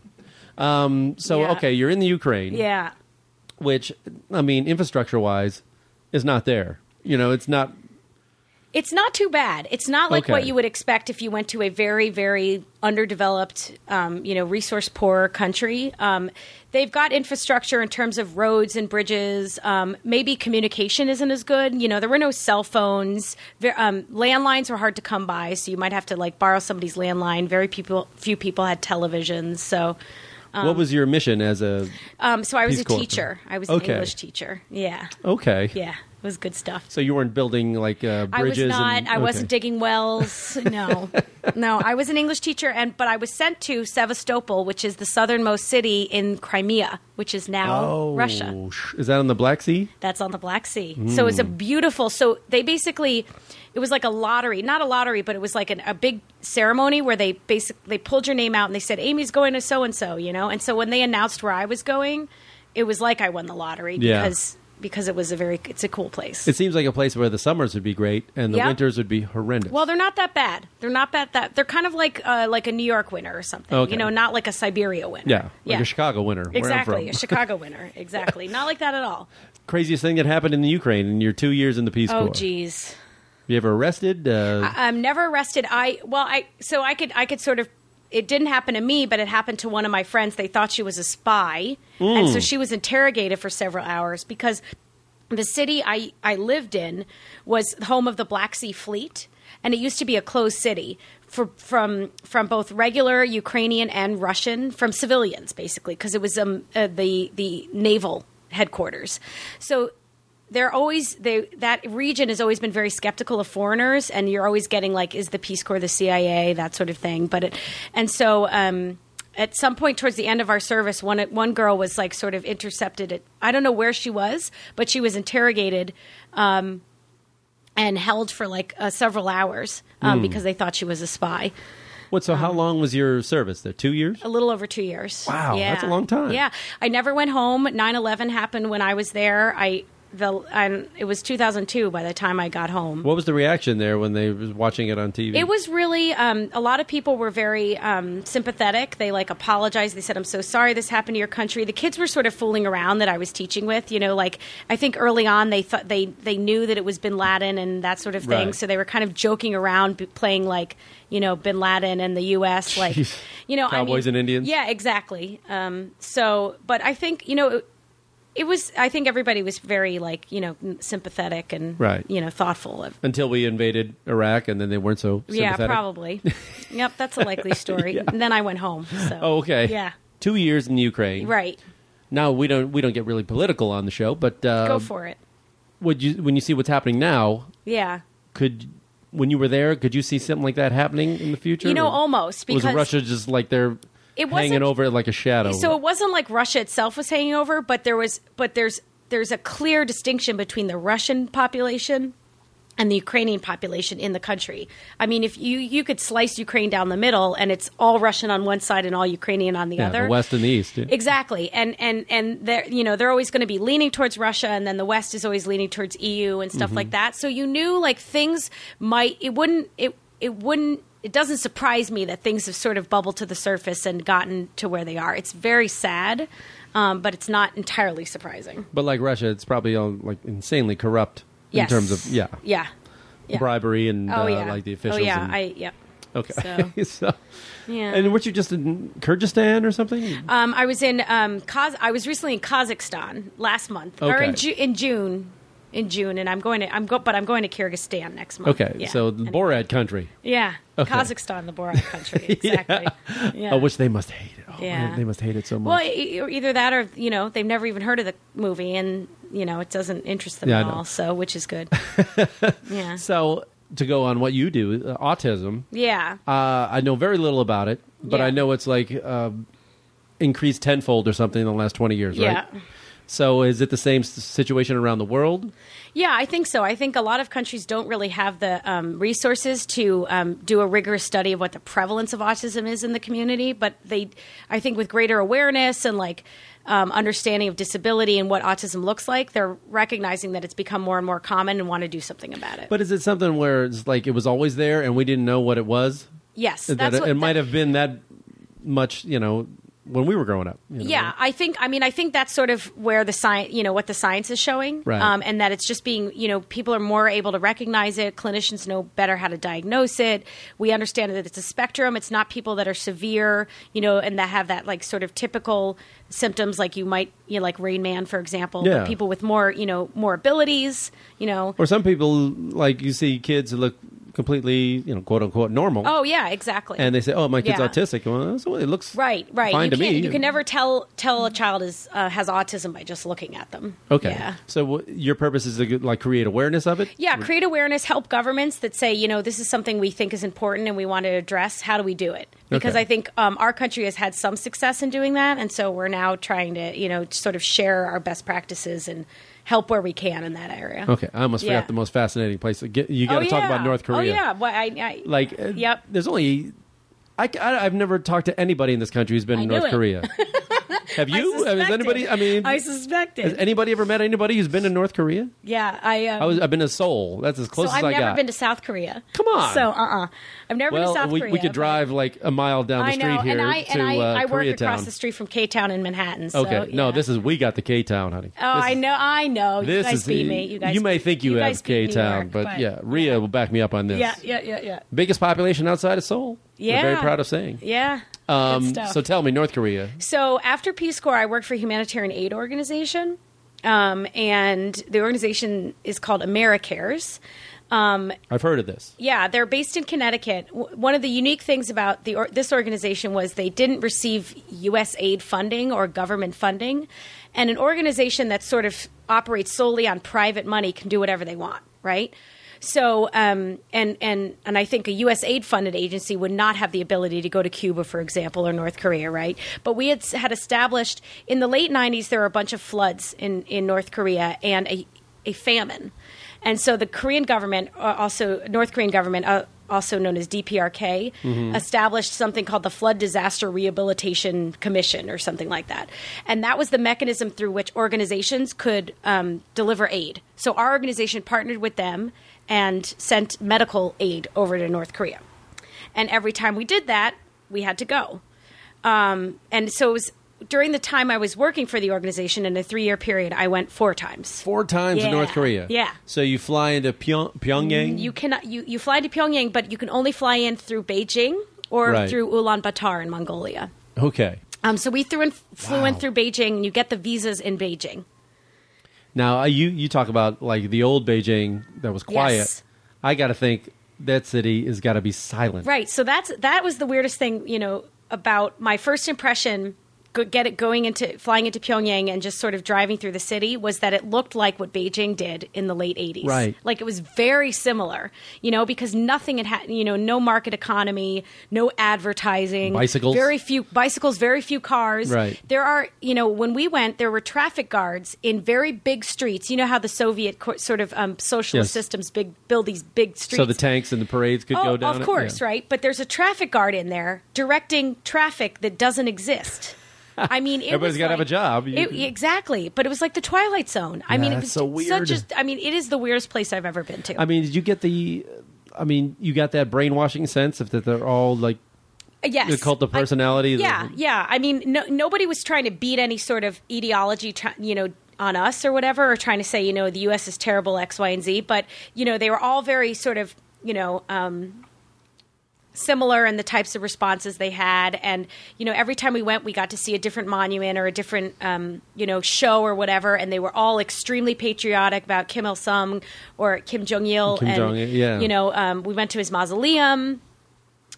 [SPEAKER 1] Um, so
[SPEAKER 3] Yeah.
[SPEAKER 1] okay, you're in the Ukraine,
[SPEAKER 3] yeah.
[SPEAKER 1] which I mean, infrastructure wise, is not there. You know, it's not
[SPEAKER 3] It's not too bad. It's not like what
[SPEAKER 1] Okay.
[SPEAKER 3] you would expect if you went to a very, very underdeveloped, um, you know, resource poor country. Um, they've got infrastructure in terms of roads and bridges. Um, maybe communication isn't as good. You know, there were no cell phones. Ver- Um, landlines were hard to come by, so you might have to like borrow somebody's landline. Very people, few people had televisions. So,
[SPEAKER 1] what was your mission as a
[SPEAKER 3] um, so I was
[SPEAKER 1] Peace
[SPEAKER 3] a
[SPEAKER 1] Corps.
[SPEAKER 3] teacher. I was
[SPEAKER 1] Okay.
[SPEAKER 3] an English teacher. Yeah,
[SPEAKER 1] okay.
[SPEAKER 3] yeah, it was good stuff.
[SPEAKER 1] So you weren't building like uh, bridges.
[SPEAKER 3] I was not.
[SPEAKER 1] and-
[SPEAKER 3] I wasn't
[SPEAKER 1] okay.
[SPEAKER 3] digging wells. No, no. I was an English teacher, and but I was sent to Sevastopol, which is the southernmost city in Crimea, which is now
[SPEAKER 1] Oh,
[SPEAKER 3] Russia
[SPEAKER 1] sh- Is that on the Black Sea?
[SPEAKER 3] that's on the Black Sea. So it's a
[SPEAKER 1] Hmm.
[SPEAKER 3] beautiful. So they basically, it was like a lottery, not a lottery, but it was like an, a big ceremony where they basically they pulled your name out and they said Amy's going to so and so, you know. And so when they announced where I was going, it was like I won the lottery
[SPEAKER 1] Yeah.
[SPEAKER 3] because because it was a very it's a cool place.
[SPEAKER 1] It seems like a place where the summers would be great and the
[SPEAKER 3] Yep.
[SPEAKER 1] winters would be horrendous.
[SPEAKER 3] well, they're not that bad. They're not bad. That they're kind of like uh, like a New York winter or something.
[SPEAKER 1] Okay.
[SPEAKER 3] You know, not like a Siberia winter.
[SPEAKER 1] yeah, like a Chicago winter. Where I'm
[SPEAKER 3] Exactly,
[SPEAKER 1] from.
[SPEAKER 3] a Chicago winter. Exactly, not like that at all.
[SPEAKER 1] Craziest thing that happened in the Ukraine in your two years in the Peace
[SPEAKER 3] Oh,
[SPEAKER 1] Corps.
[SPEAKER 3] geez.
[SPEAKER 1] You ever arrested? Uh,
[SPEAKER 3] I'm never arrested. I well, I so I could I could sort of. It didn't happen to me, but it happened to one of my friends. They thought she was a spy, and so she was interrogated for several hours because the city I I lived in was the home of the Black Sea Fleet, and it used to be a closed city. For, from from both regular Ukrainian and Russian from civilians basically because it was um, uh, the the naval headquarters, so they're always they that region has always been very skeptical of foreigners and you're always getting like is the peace corps the cia that sort of thing but it and so um at some point towards the end of our service one one girl was like sort of intercepted at i don't know where she was but she was interrogated um and held for like uh, several hours um, because they thought she was a spy
[SPEAKER 1] what? So how long was your service there? Two years.
[SPEAKER 3] um, a little over two years.
[SPEAKER 1] Wow, that's a long time.
[SPEAKER 3] Yeah, I never went home. 9-11 happened when I was there. I the and it was 2002 by the time I got home.
[SPEAKER 1] What was the reaction there when they was watching it on TV?
[SPEAKER 3] It was really um, a lot of people were very um, sympathetic. They like apologized. They said, "I'm so sorry this happened to your country." The kids were sort of fooling around that I was teaching with. You know, like I think early on they thought they they knew that it was Bin Laden and that sort of thing.
[SPEAKER 1] Right.
[SPEAKER 3] So they were kind of joking around, b- playing like you know Bin Laden and the U.S. Like
[SPEAKER 1] Jeez.
[SPEAKER 3] you know
[SPEAKER 1] Cowboys
[SPEAKER 3] I mean,
[SPEAKER 1] and Indians?
[SPEAKER 3] Yeah, exactly. Um, so, but I think you know. It, it was. I think everybody was very like you know sympathetic and
[SPEAKER 1] Right.
[SPEAKER 3] you know thoughtful of
[SPEAKER 1] until we invaded Iraq, and then they weren't so.
[SPEAKER 3] yeah,
[SPEAKER 1] sympathetic?
[SPEAKER 3] probably. yep, that's a likely story. And then I went home. So.
[SPEAKER 1] Oh, okay.
[SPEAKER 3] Yeah.
[SPEAKER 1] Two years in the Ukraine.
[SPEAKER 3] Right.
[SPEAKER 1] Now we don't we don't get really political on the show, but uh,
[SPEAKER 3] Go for it.
[SPEAKER 1] Would you when you see what's happening now?
[SPEAKER 3] Yeah.
[SPEAKER 1] Could when you were there, could you see something like that happening in the future?
[SPEAKER 3] You know,
[SPEAKER 1] Or
[SPEAKER 3] almost
[SPEAKER 1] was
[SPEAKER 3] because
[SPEAKER 1] Russia just like they're
[SPEAKER 3] It
[SPEAKER 1] hanging
[SPEAKER 3] wasn't-
[SPEAKER 1] over it like a shadow?
[SPEAKER 3] So it wasn't like Russia itself was hanging over, but there was but there's there's a clear distinction between the Russian population and the Ukrainian population in the country. I mean, if you you could slice Ukraine down the middle and it's all Russian on one side and all Ukrainian on the
[SPEAKER 1] yeah,
[SPEAKER 3] other.
[SPEAKER 1] the West and the East. yeah.
[SPEAKER 3] Exactly, and and and they're you know they're always going to be leaning towards Russia, and then the West is always leaning towards EU and stuff
[SPEAKER 1] Mm-hmm.
[SPEAKER 3] like that. So you knew like things might it wouldn't it it wouldn't it doesn't surprise me that things have sort of bubbled to the surface and gotten to where they are. It's very sad, um, but it's not entirely surprising.
[SPEAKER 1] But like Russia, it's probably all like insanely corrupt
[SPEAKER 3] Yes.
[SPEAKER 1] in terms of yeah,
[SPEAKER 3] yeah, yeah.
[SPEAKER 1] bribery and
[SPEAKER 3] Oh
[SPEAKER 1] uh,
[SPEAKER 3] yeah,
[SPEAKER 1] like the officials.
[SPEAKER 3] Oh yeah,
[SPEAKER 1] and-
[SPEAKER 3] I yep.
[SPEAKER 1] okay. So.
[SPEAKER 3] Yeah.
[SPEAKER 1] and weren't you just in Kyrgyzstan or something?
[SPEAKER 3] Um, I was in um, Kaz- I was recently in Kazakhstan last month, or in,
[SPEAKER 1] Okay.
[SPEAKER 3] Ju- in June, in June, and I'm going to I'm go, but I'm going to Kyrgyzstan next month.
[SPEAKER 1] okay,
[SPEAKER 3] Yeah.
[SPEAKER 1] so the
[SPEAKER 3] And-
[SPEAKER 1] Borat country,
[SPEAKER 3] yeah,
[SPEAKER 1] Okay.
[SPEAKER 3] Kazakhstan, the Borat country, exactly. yeah.
[SPEAKER 1] oh, which they must hate it. Oh,
[SPEAKER 3] Yeah.
[SPEAKER 1] man, they must hate it so much.
[SPEAKER 3] well, e- e- either that or you know they've never even heard of the movie, and you know it doesn't interest them
[SPEAKER 1] Yeah, I
[SPEAKER 3] at
[SPEAKER 1] know.
[SPEAKER 3] all. So which is good. yeah,
[SPEAKER 1] so to go on what you do, uh, autism.
[SPEAKER 3] yeah,
[SPEAKER 1] Uh, I know very little about it, but
[SPEAKER 3] Yeah.
[SPEAKER 1] I know it's like uh, increased tenfold or something in the last twenty years,
[SPEAKER 3] yeah.
[SPEAKER 1] right? So is it the same s- situation around the world?
[SPEAKER 3] Yeah, I think so. I think a lot of countries don't really have the um, resources to um, do a rigorous study of what the prevalence of autism is in the community. But they, I think, with greater awareness and like um, understanding of disability and what autism looks like, they're recognizing that it's become more and more common and want to do something about it.
[SPEAKER 1] But is it something where it's like it was always there and we didn't know what it was?
[SPEAKER 3] yes,
[SPEAKER 1] That
[SPEAKER 3] that's
[SPEAKER 1] it,
[SPEAKER 3] what
[SPEAKER 1] it might
[SPEAKER 3] that-
[SPEAKER 1] have been that much, you know, when we were growing up. you know?
[SPEAKER 3] Yeah, I think. I mean, I think that's sort of where the science, you know, what the science is showing,
[SPEAKER 1] Right.
[SPEAKER 3] um, and that it's just being, you know, people are more able to recognize it. Clinicians know better how to diagnose it. We understand that it's a spectrum. It's not people that are severe, you know, and that have that like sort of typical symptoms, like you might, you know, like Rain Man, for example.
[SPEAKER 1] Yeah.
[SPEAKER 3] But people with more, you know, more abilities, you know.
[SPEAKER 1] Or some people, like you see kids who look completely, you know, quote unquote normal.
[SPEAKER 3] Oh yeah, exactly.
[SPEAKER 1] And they say, oh, my kid's
[SPEAKER 3] Yeah.
[SPEAKER 1] autistic. Well, that's what it looks
[SPEAKER 3] Right, right.
[SPEAKER 1] fine to
[SPEAKER 3] you can't.
[SPEAKER 1] me.
[SPEAKER 3] You can never tell tell a child is uh, has autism by just looking at them.
[SPEAKER 1] Okay.
[SPEAKER 3] Yeah.
[SPEAKER 1] So what, your purpose is to like create awareness of it?
[SPEAKER 3] Yeah, create awareness, help governments that say, you know, this is something we think is important and we want to address. How do we do it? Because
[SPEAKER 1] Okay.
[SPEAKER 3] I think um, our country has had some success in doing that. And so we're now trying to, you know, sort of share our best practices and help where we can in that area.
[SPEAKER 1] Okay. I almost
[SPEAKER 3] Yeah.
[SPEAKER 1] forgot the most fascinating place. Get- You got to talk about North Korea.
[SPEAKER 3] Oh, yeah. Well, I, I,
[SPEAKER 1] Like, uh,
[SPEAKER 3] Yep.
[SPEAKER 1] there's only. I, have never talked to anybody in this country who's been
[SPEAKER 3] I
[SPEAKER 1] in
[SPEAKER 3] knew
[SPEAKER 1] North
[SPEAKER 3] it.
[SPEAKER 1] Korea. Have
[SPEAKER 3] I
[SPEAKER 1] you? Has
[SPEAKER 3] suspected.
[SPEAKER 1] anybody? I mean,
[SPEAKER 3] I suspected.
[SPEAKER 1] has anybody ever met anybody who's been to North Korea?
[SPEAKER 3] yeah, I. Um,
[SPEAKER 1] I was. I've been to Seoul. That's as
[SPEAKER 3] so
[SPEAKER 1] close
[SPEAKER 3] I've
[SPEAKER 1] as I
[SPEAKER 3] never
[SPEAKER 1] got.
[SPEAKER 3] been to South Korea.
[SPEAKER 1] Come on.
[SPEAKER 3] So uh uh-uh. uh, i have never been
[SPEAKER 1] well,
[SPEAKER 3] to South
[SPEAKER 1] we,
[SPEAKER 3] Korea.
[SPEAKER 1] we could
[SPEAKER 3] but-
[SPEAKER 1] drive like a mile down the
[SPEAKER 3] I
[SPEAKER 1] street
[SPEAKER 3] know,
[SPEAKER 1] here
[SPEAKER 3] and I
[SPEAKER 1] to
[SPEAKER 3] and I,
[SPEAKER 1] uh,
[SPEAKER 3] I work
[SPEAKER 1] Koreatown.
[SPEAKER 3] across the street from K Town in Manhattan. So,
[SPEAKER 1] Okay, no,
[SPEAKER 3] yeah.
[SPEAKER 1] this is we got the K Town, honey.
[SPEAKER 3] Oh, I know, I know. You
[SPEAKER 1] This
[SPEAKER 3] guys
[SPEAKER 1] is
[SPEAKER 3] beat me. You guys.
[SPEAKER 1] may think you,
[SPEAKER 3] guys
[SPEAKER 1] have
[SPEAKER 3] beat
[SPEAKER 1] K
[SPEAKER 3] me to
[SPEAKER 1] Town,
[SPEAKER 3] work,
[SPEAKER 1] but, yeah, Rhea will back me up on this.
[SPEAKER 3] yeah, yeah, yeah, yeah.
[SPEAKER 1] biggest population outside of Seoul.
[SPEAKER 3] Yeah.
[SPEAKER 1] We're very proud of saying.
[SPEAKER 3] Yeah. Good
[SPEAKER 1] Um,
[SPEAKER 3] stuff.
[SPEAKER 1] so tell me, North Korea.
[SPEAKER 3] So after Peace Corps, I worked for a humanitarian aid organization, um, and the organization is called AmeriCares. Um,
[SPEAKER 1] I've heard of this.
[SPEAKER 3] yeah, they're based in Connecticut. W- one of the unique things about the or- this organization was they didn't receive U.S. aid funding or government funding, and an organization that sort of operates solely on private money can do whatever they want, right? So, um, and and and I think a U.S. aid funded agency would not have the ability to go to Cuba, for example, or North Korea, right? But we had s- had established in the late '90s there were a bunch of floods in in North Korea and a a famine. And so the Korean government, uh, also North Korean government, uh, also known as DPRK, established something called the Flood Disaster Rehabilitation Commission or something like that. And that was the mechanism through which organizations could um, deliver aid. So our organization partnered with them and sent medical aid over to North Korea. And every time we did that, we had to go Um, and so it was during the time I was working for the organization in a three year period, I went four times.
[SPEAKER 1] Four times
[SPEAKER 3] Yeah.
[SPEAKER 1] in North Korea.
[SPEAKER 3] Yeah.
[SPEAKER 1] So you fly into Pyong- Pyongyang.
[SPEAKER 3] You cannot you, you fly to Pyongyang, but you can only fly in through Beijing or
[SPEAKER 1] Right.
[SPEAKER 3] through Ulaanbaatar in Mongolia.
[SPEAKER 1] okay.
[SPEAKER 3] Um, so we threw in, flew in
[SPEAKER 1] Wow.
[SPEAKER 3] through Beijing, and you get the visas in Beijing.
[SPEAKER 1] Now uh, you you talk about like the old Beijing that was quiet.
[SPEAKER 3] Yes.
[SPEAKER 1] I got to think that city has got to be silent.
[SPEAKER 3] Right. So that's that was the weirdest thing, you know, about my first impression. Go, get it going into flying into Pyongyang and just sort of driving through the city was that it looked like what Beijing did in the late '80s.
[SPEAKER 1] Right.
[SPEAKER 3] Like it was very similar, you know, because nothing had happened. You know, no market economy, no advertising,
[SPEAKER 1] Bicycles?
[SPEAKER 3] very few bicycles, very few cars.
[SPEAKER 1] Right.
[SPEAKER 3] There are, you know, when we went, there were traffic guards in very big streets. You know how the Soviet co- sort of um, socialist
[SPEAKER 1] Yes.
[SPEAKER 3] systems big build these big streets. Oh,
[SPEAKER 1] So the tanks and the parades could go down.
[SPEAKER 3] Of course, right? But there's a traffic guard in there directing traffic that doesn't exist. I mean, it
[SPEAKER 1] Everybody's
[SPEAKER 3] was
[SPEAKER 1] gotta have a
[SPEAKER 3] like-
[SPEAKER 1] job. You
[SPEAKER 3] it-
[SPEAKER 1] can-
[SPEAKER 3] exactly, but it was like the Twilight Zone. I
[SPEAKER 1] Yeah,
[SPEAKER 3] mean, it
[SPEAKER 1] that's
[SPEAKER 3] was
[SPEAKER 1] so weird.
[SPEAKER 3] such a. I mean, it is the weirdest place I've ever been to.
[SPEAKER 1] I mean, did you get the? I mean, you got that brainwashing sense of that they're all like
[SPEAKER 3] yes,
[SPEAKER 1] the cult of
[SPEAKER 3] I-
[SPEAKER 1] personality. the-
[SPEAKER 3] yeah, yeah. I mean, no, nobody was trying to beat any sort of etiology, try, you know, on us or whatever, or trying to say, you know, the U.S. is terrible, X, Y, and Z. But you know, they were all very sort of, you know, um, similar in the types of responses they had, and you know, every time we went, we got to see a different monument or a different, um, you know, show or whatever, and they were all extremely patriotic about Kim Il Sung or Kim Jong Il,
[SPEAKER 1] Kim
[SPEAKER 3] and
[SPEAKER 1] Jong-il, yeah.
[SPEAKER 3] you know, um, we went to his mausoleum.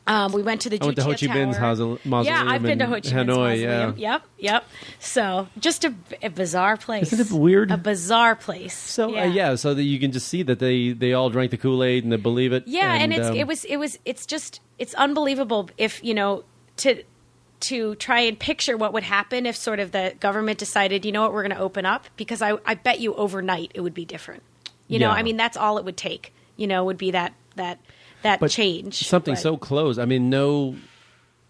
[SPEAKER 3] Um, we went to the
[SPEAKER 1] I went to Ho
[SPEAKER 3] Juche
[SPEAKER 1] Chi Minh's
[SPEAKER 3] Tower.
[SPEAKER 1] housel- mausoleum
[SPEAKER 3] Yeah, I've been to
[SPEAKER 1] in
[SPEAKER 3] Ho Chi Minh's
[SPEAKER 1] Hanoi,
[SPEAKER 3] mausoleum.
[SPEAKER 1] yeah.
[SPEAKER 3] Yep, yep. So just a, a bizarre place.
[SPEAKER 1] Isn't it weird?
[SPEAKER 3] A bizarre place.
[SPEAKER 1] So yeah. Uh, yeah, so that you can just see that they they all drank the Kool Aid and they believe it.
[SPEAKER 3] Yeah, and, it's
[SPEAKER 1] um,
[SPEAKER 3] it was it was it's just it's unbelievable if you know to to try and picture what would happen if sort of the government decided you know what we're going to open up because I I bet you overnight it would be different. You know,
[SPEAKER 1] Yeah.
[SPEAKER 3] I mean that's all it would take. You know, would be that that that
[SPEAKER 1] but
[SPEAKER 3] change
[SPEAKER 1] something
[SPEAKER 3] But-
[SPEAKER 1] so close. I mean, no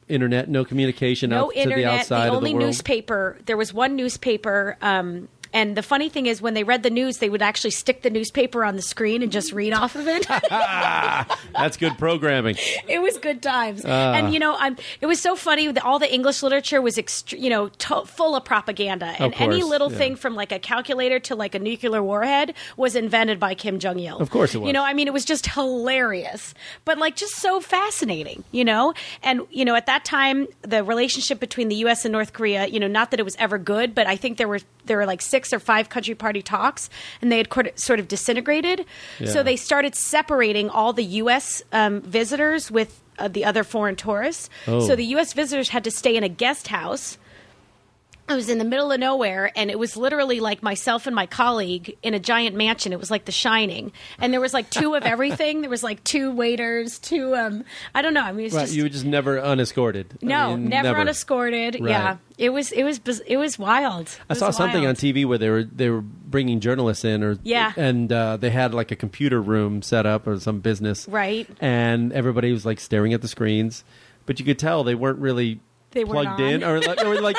[SPEAKER 1] internet, no communication
[SPEAKER 3] no
[SPEAKER 1] out to the
[SPEAKER 3] internet.
[SPEAKER 1] outside
[SPEAKER 3] the
[SPEAKER 1] of
[SPEAKER 3] only
[SPEAKER 1] the world.
[SPEAKER 3] newspaper. There was one newspaper. Um, and the funny thing is, when they read the news, they would actually stick the newspaper on the screen and just read off of it.
[SPEAKER 1] That's good programming.
[SPEAKER 3] it was good times,
[SPEAKER 1] Ah.
[SPEAKER 3] and you know, I'm, it was so funny. that All the English literature was, ext- you know, to- full of propaganda, and any
[SPEAKER 1] course,
[SPEAKER 3] little
[SPEAKER 1] yeah.
[SPEAKER 3] thing from like a calculator to like a nuclear warhead was invented by Kim Jong Il.
[SPEAKER 1] Of course it was.
[SPEAKER 3] You know, I mean, it was just hilarious, but like just so fascinating, you know? And, you know, at that time, the relationship between the U.S. and North Korea, you know, not that it was ever good, but I think there were there were like six or five country party talks and they had quite- sort of disintegrated.
[SPEAKER 1] Yeah.
[SPEAKER 3] So they started separating all the U.S. Um, visitors with uh, the other foreign tourists.
[SPEAKER 1] Oh.
[SPEAKER 3] So the U.S. visitors had to stay in a guest house. I was in the middle of nowhere, and it was literally like myself and my colleague in a giant mansion. It was like The Shining, and there was like two of everything. There was like two waiters, two um, I don't know. I mean, it's
[SPEAKER 1] Right,
[SPEAKER 3] just
[SPEAKER 1] you were just never unescorted. I
[SPEAKER 3] no,
[SPEAKER 1] mean,
[SPEAKER 3] never, unescorted.
[SPEAKER 1] Right.
[SPEAKER 3] Yeah, it was it was biz- it was wild. It
[SPEAKER 1] I
[SPEAKER 3] was
[SPEAKER 1] saw something
[SPEAKER 3] wild.
[SPEAKER 1] on TV where they were they were bringing journalists in, or
[SPEAKER 3] Yeah.
[SPEAKER 1] and uh, they had like a computer room set up or some business,
[SPEAKER 3] Right.
[SPEAKER 1] And everybody was like staring at the screens, but you could tell they weren't really
[SPEAKER 3] They weren't
[SPEAKER 1] plugged
[SPEAKER 3] on.
[SPEAKER 1] in, or like, they were like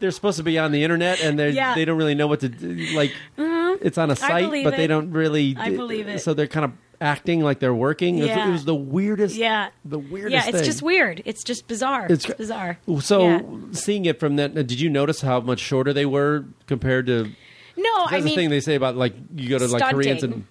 [SPEAKER 1] they're supposed to be on the internet and they
[SPEAKER 3] Yeah. Mm-hmm.
[SPEAKER 1] they don't really know what to do. like it's on a site
[SPEAKER 3] believe
[SPEAKER 1] but they
[SPEAKER 3] it.
[SPEAKER 1] don't really
[SPEAKER 3] I believe it.
[SPEAKER 1] so they're kind of acting like they're working It was- it
[SPEAKER 3] Yeah.
[SPEAKER 1] was the weirdest
[SPEAKER 3] Yeah.
[SPEAKER 1] the weirdest
[SPEAKER 3] Yeah, it's
[SPEAKER 1] thing.
[SPEAKER 3] just weird. It's just bizarre. It's,
[SPEAKER 1] It's-
[SPEAKER 3] bizarre.
[SPEAKER 1] so
[SPEAKER 3] Yeah.
[SPEAKER 1] seeing it from that did you notice how much shorter they were compared to
[SPEAKER 3] no,
[SPEAKER 1] that's
[SPEAKER 3] I
[SPEAKER 1] the
[SPEAKER 3] mean,
[SPEAKER 1] thing they say about like you go to like Koreans
[SPEAKER 3] stunting.
[SPEAKER 1] and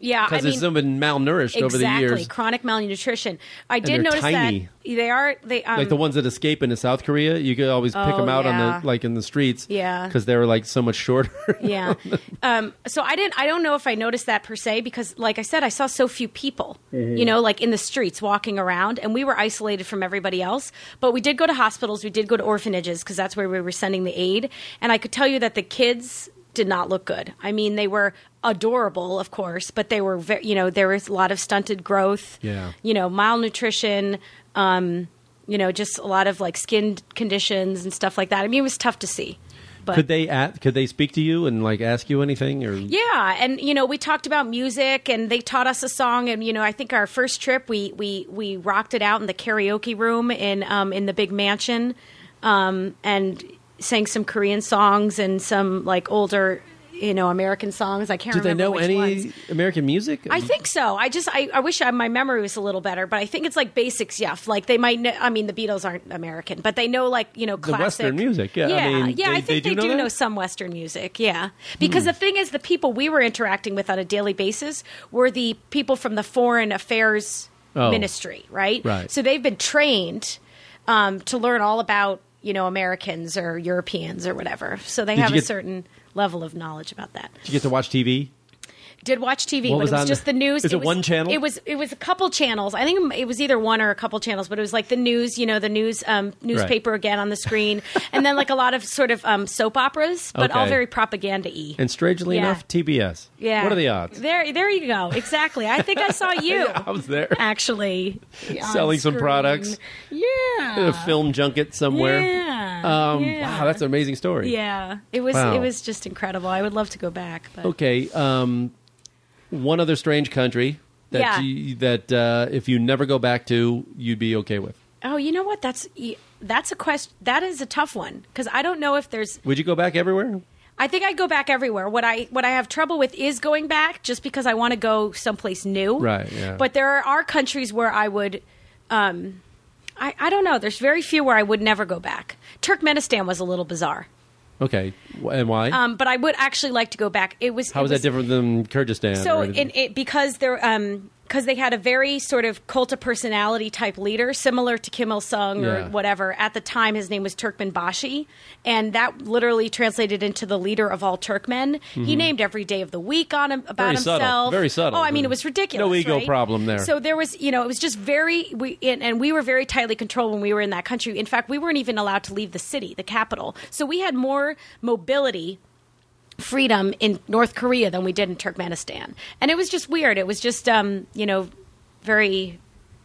[SPEAKER 3] yeah, I
[SPEAKER 1] because
[SPEAKER 3] mean,
[SPEAKER 1] they've been malnourished over the
[SPEAKER 3] exactly.
[SPEAKER 1] years
[SPEAKER 3] Chronic malnutrition. I did
[SPEAKER 1] they're
[SPEAKER 3] notice
[SPEAKER 1] tiny.
[SPEAKER 3] that they are they um,
[SPEAKER 1] like the ones that escape into South Korea, you could always pick
[SPEAKER 3] Oh,
[SPEAKER 1] them out
[SPEAKER 3] yeah.
[SPEAKER 1] on the like in the streets,
[SPEAKER 3] Yeah.
[SPEAKER 1] because they were like so much shorter.
[SPEAKER 3] yeah. Um, so I didn't. I don't know if I noticed that per se because, like I said, I saw so few people. You know, like in the streets walking around, and we were isolated from everybody else. But we did go to hospitals. We did go to orphanages because that's where we were sending the aid. And I could tell you that the kids did not look good. I mean, they were adorable, of course, but they were, very, you know, there was a lot of stunted growth.
[SPEAKER 1] Yeah.
[SPEAKER 3] You know, malnutrition. Um, you know, just a lot of like skin conditions and stuff like that. I mean, it was tough to see. But
[SPEAKER 1] could they at, could they speak to you and like ask you anything or
[SPEAKER 3] Yeah, and you know, we talked about music, and they taught us a song, and you know, I think our first trip, we we we rocked it out in the karaoke room in um in the big mansion, um and sang some Korean songs and some like older, you know, American songs. I can't.
[SPEAKER 1] did they
[SPEAKER 3] remember
[SPEAKER 1] know
[SPEAKER 3] which
[SPEAKER 1] any
[SPEAKER 3] ones.
[SPEAKER 1] American music?
[SPEAKER 3] I think so. I just I, I wish I, my memory was a little better, but I think it's like basics. Yeah, like they might. Know, I mean, the Beatles aren't American, but they know like you know classic
[SPEAKER 1] Western music, yeah, I
[SPEAKER 3] yeah,
[SPEAKER 1] mean,
[SPEAKER 3] yeah.
[SPEAKER 1] they-
[SPEAKER 3] I
[SPEAKER 1] they
[SPEAKER 3] think
[SPEAKER 1] do
[SPEAKER 3] they,
[SPEAKER 1] know
[SPEAKER 3] do
[SPEAKER 1] that? Hmm.
[SPEAKER 3] know some Western music. Yeah, because the thing is, the people we were interacting with on a daily basis were the people from the Foreign Affairs
[SPEAKER 1] Oh.
[SPEAKER 3] Ministry, right?
[SPEAKER 1] Right.
[SPEAKER 3] So they've been trained um, to learn all about you know Americans or Europeans or whatever. So they
[SPEAKER 1] Did
[SPEAKER 3] have
[SPEAKER 1] you
[SPEAKER 3] a
[SPEAKER 1] get-
[SPEAKER 3] certain level of knowledge about that
[SPEAKER 1] Did you get to watch TV?
[SPEAKER 3] did watch TV,
[SPEAKER 1] What
[SPEAKER 3] but
[SPEAKER 1] was
[SPEAKER 3] it was
[SPEAKER 1] on-
[SPEAKER 3] just the news.
[SPEAKER 1] is it
[SPEAKER 3] was,
[SPEAKER 1] one channel?
[SPEAKER 3] It was it was a couple channels. I think it was either one or a couple channels, but it was like the news, you know, the news um, newspaper again on the screen, and then like a lot of sort of um, soap operas, but all
[SPEAKER 1] Okay.
[SPEAKER 3] very propaganda y.
[SPEAKER 1] And strangely
[SPEAKER 3] Yeah.
[SPEAKER 1] enough, TBS.
[SPEAKER 3] Yeah.
[SPEAKER 1] What are the odds?
[SPEAKER 3] There, there you go. Exactly. I think I saw you
[SPEAKER 1] I was there.
[SPEAKER 3] Uh, actually on
[SPEAKER 1] Selling some products. At
[SPEAKER 3] Yeah.
[SPEAKER 1] a film junket somewhere.
[SPEAKER 3] Yeah.
[SPEAKER 1] Um,
[SPEAKER 3] yeah.
[SPEAKER 1] Wow, that's an amazing story.
[SPEAKER 3] yeah. It was
[SPEAKER 1] Wow.
[SPEAKER 3] it was just incredible. I would love to go back, but
[SPEAKER 1] Okay. Um, one other strange country that
[SPEAKER 3] Yeah.
[SPEAKER 1] you, that uh, if you never go back to, you'd be okay with.
[SPEAKER 3] oh, you know what? That's that's a question. That is a tough one because I don't know if there's
[SPEAKER 1] Would you go back everywhere?
[SPEAKER 3] I think I go back everywhere. What I what I have trouble with is going back just because I want to go someplace new.
[SPEAKER 1] Right, yeah.
[SPEAKER 3] But there are countries where I would um I, I don't know. There's very few where I would never go back. Turkmenistan was a little bizarre.
[SPEAKER 1] Okay. Wh- And why?
[SPEAKER 3] Um, but I would actually like to go back. It was
[SPEAKER 1] How
[SPEAKER 3] it
[SPEAKER 1] is
[SPEAKER 3] was-
[SPEAKER 1] that different than Kyrgyzstan?
[SPEAKER 3] so
[SPEAKER 1] or
[SPEAKER 3] in
[SPEAKER 1] anything?
[SPEAKER 3] it because they're um because they had a very sort of cult of personality type leader similar to Kim Il Sung
[SPEAKER 1] Yeah.
[SPEAKER 3] or whatever at the time his name was Turkmen Bashi and that literally translated into the leader of all Turkmen
[SPEAKER 1] Mm-hmm.
[SPEAKER 3] he named every day of the week on him about
[SPEAKER 1] Very subtle.
[SPEAKER 3] himself
[SPEAKER 1] Very subtle.
[SPEAKER 3] oh I mean it was ridiculous
[SPEAKER 1] No ego
[SPEAKER 3] right?
[SPEAKER 1] problem there.
[SPEAKER 3] so there was you know it was just very we and, and we were very tightly controlled when we were in that country in fact we weren't even allowed to leave the city the capital so we had more mobility freedom in North Korea than we did in Turkmenistan. And it was just weird. It was just, um, you know, very,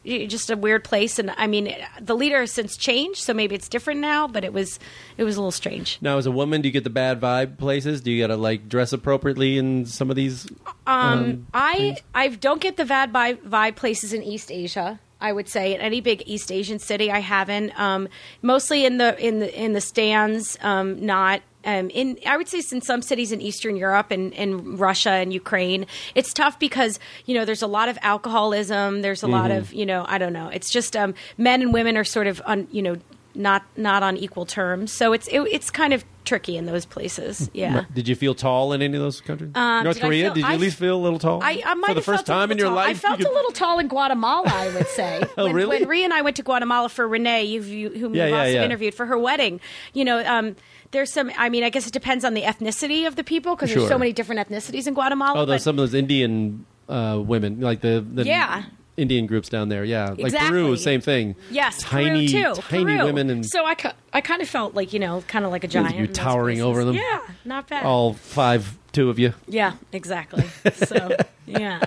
[SPEAKER 3] y- just a weird place. And I mean, the leader has since changed, so maybe it's different now, but it was, it was a little strange.
[SPEAKER 1] Now, as a woman, do you get the bad vibe places? Do you gotta like dress appropriately in some of these? Um,
[SPEAKER 3] I, I don't get the bad vi- vibe places in East Asia. I would say in any big East Asian city, I haven't. Um, mostly in the in the in the stands, um, not. Um, in I would say in some cities in Eastern Europe and in Russia and Ukraine, it's tough because you know there's a lot of alcoholism. There's a lot of you know I don't know. It's just um, men and women are sort of on you know not not on equal terms. So it's it, it's kind of tricky in those places. Yeah.
[SPEAKER 1] did you feel tall in any of those countries? North
[SPEAKER 3] Uh, um, did I
[SPEAKER 1] Korea?
[SPEAKER 3] feel-
[SPEAKER 1] did you
[SPEAKER 3] I-
[SPEAKER 1] at least feel a little tall?
[SPEAKER 3] I, I might
[SPEAKER 1] For the
[SPEAKER 3] have
[SPEAKER 1] first
[SPEAKER 3] felt a
[SPEAKER 1] time in your
[SPEAKER 3] little tall.
[SPEAKER 1] life,
[SPEAKER 3] I felt
[SPEAKER 1] you could-
[SPEAKER 3] a little tall in Guatemala. I would say.
[SPEAKER 1] Oh,
[SPEAKER 3] when,
[SPEAKER 1] really?
[SPEAKER 3] When Rhea and I went to Guatemala for Renee, you've, you, whom
[SPEAKER 1] Yeah,
[SPEAKER 3] you've
[SPEAKER 1] yeah,
[SPEAKER 3] also
[SPEAKER 1] yeah.
[SPEAKER 3] interviewed for her wedding, you know. Um, there's some. I mean, I guess it depends on the ethnicity of the people because
[SPEAKER 1] Sure.
[SPEAKER 3] there's so many different ethnicities in Guatemala.
[SPEAKER 1] Oh, those
[SPEAKER 3] but-
[SPEAKER 1] some of those Indian uh, women, like the, the
[SPEAKER 3] Yeah.
[SPEAKER 1] Indian groups down there. Yeah, like Peru,
[SPEAKER 3] Exactly.
[SPEAKER 1] same thing.
[SPEAKER 3] yes,
[SPEAKER 1] tiny,
[SPEAKER 3] Peru too.
[SPEAKER 1] tiny
[SPEAKER 3] Peru.
[SPEAKER 1] women and
[SPEAKER 3] so I, ca- I kind of felt like you know, kind of like a giant. in those
[SPEAKER 1] towering
[SPEAKER 3] places.
[SPEAKER 1] over them.
[SPEAKER 3] Yeah, not bad.
[SPEAKER 1] all five, two of you.
[SPEAKER 3] Yeah, exactly. So yeah.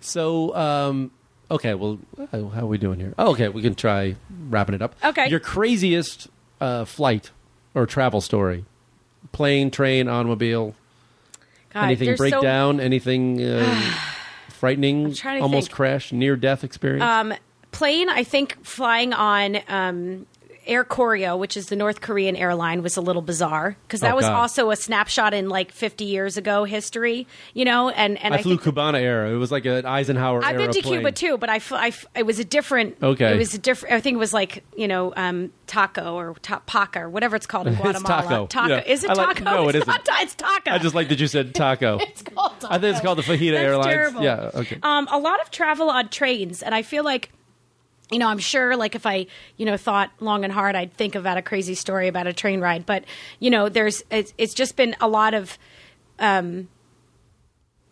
[SPEAKER 1] So, um, okay, well, uh, how are we doing here? Oh, okay, we can try wrapping it up.
[SPEAKER 3] Okay.
[SPEAKER 1] Your craziest uh, flight or travel story? Plane, train, automobile,
[SPEAKER 3] God,
[SPEAKER 1] anything
[SPEAKER 3] there's so
[SPEAKER 1] breakdown, anything uh, frightening,
[SPEAKER 3] trying to
[SPEAKER 1] almost
[SPEAKER 3] think.
[SPEAKER 1] crash, near death experience?
[SPEAKER 3] um, plane, I think flying on um, Air Koryo, which is the North Korean airline, was a little bizarre because that
[SPEAKER 1] Oh,
[SPEAKER 3] was
[SPEAKER 1] God.
[SPEAKER 3] also a snapshot in like 50 years ago history, you know. And and I,
[SPEAKER 1] I flew
[SPEAKER 3] think
[SPEAKER 1] Cubana Air. It was like an Eisenhower.
[SPEAKER 3] I've been to
[SPEAKER 1] aeroplane.
[SPEAKER 3] Cuba too, but I, fl- I f- it was a different.
[SPEAKER 1] Okay.
[SPEAKER 3] It was a different. I think it was like you know um, taco or ta- paca or whatever it's called in Guatemala.
[SPEAKER 1] taco. Yeah.
[SPEAKER 3] Is it
[SPEAKER 1] I
[SPEAKER 3] taco?
[SPEAKER 1] like- no,
[SPEAKER 3] it's
[SPEAKER 1] it
[SPEAKER 3] Not, ta- it's taco.
[SPEAKER 1] I just like that you said taco.
[SPEAKER 3] It's called taco.
[SPEAKER 1] I think it's called the Fajita
[SPEAKER 3] That's
[SPEAKER 1] Airlines.
[SPEAKER 3] terrible.
[SPEAKER 1] Yeah. Okay.
[SPEAKER 3] um, a lot of travel on trains, and I feel like. You know, I'm sure like if I, you know, thought long and hard, I'd think about a crazy story about a train ride. But, you know, there's, it's, it's just been a lot of, um,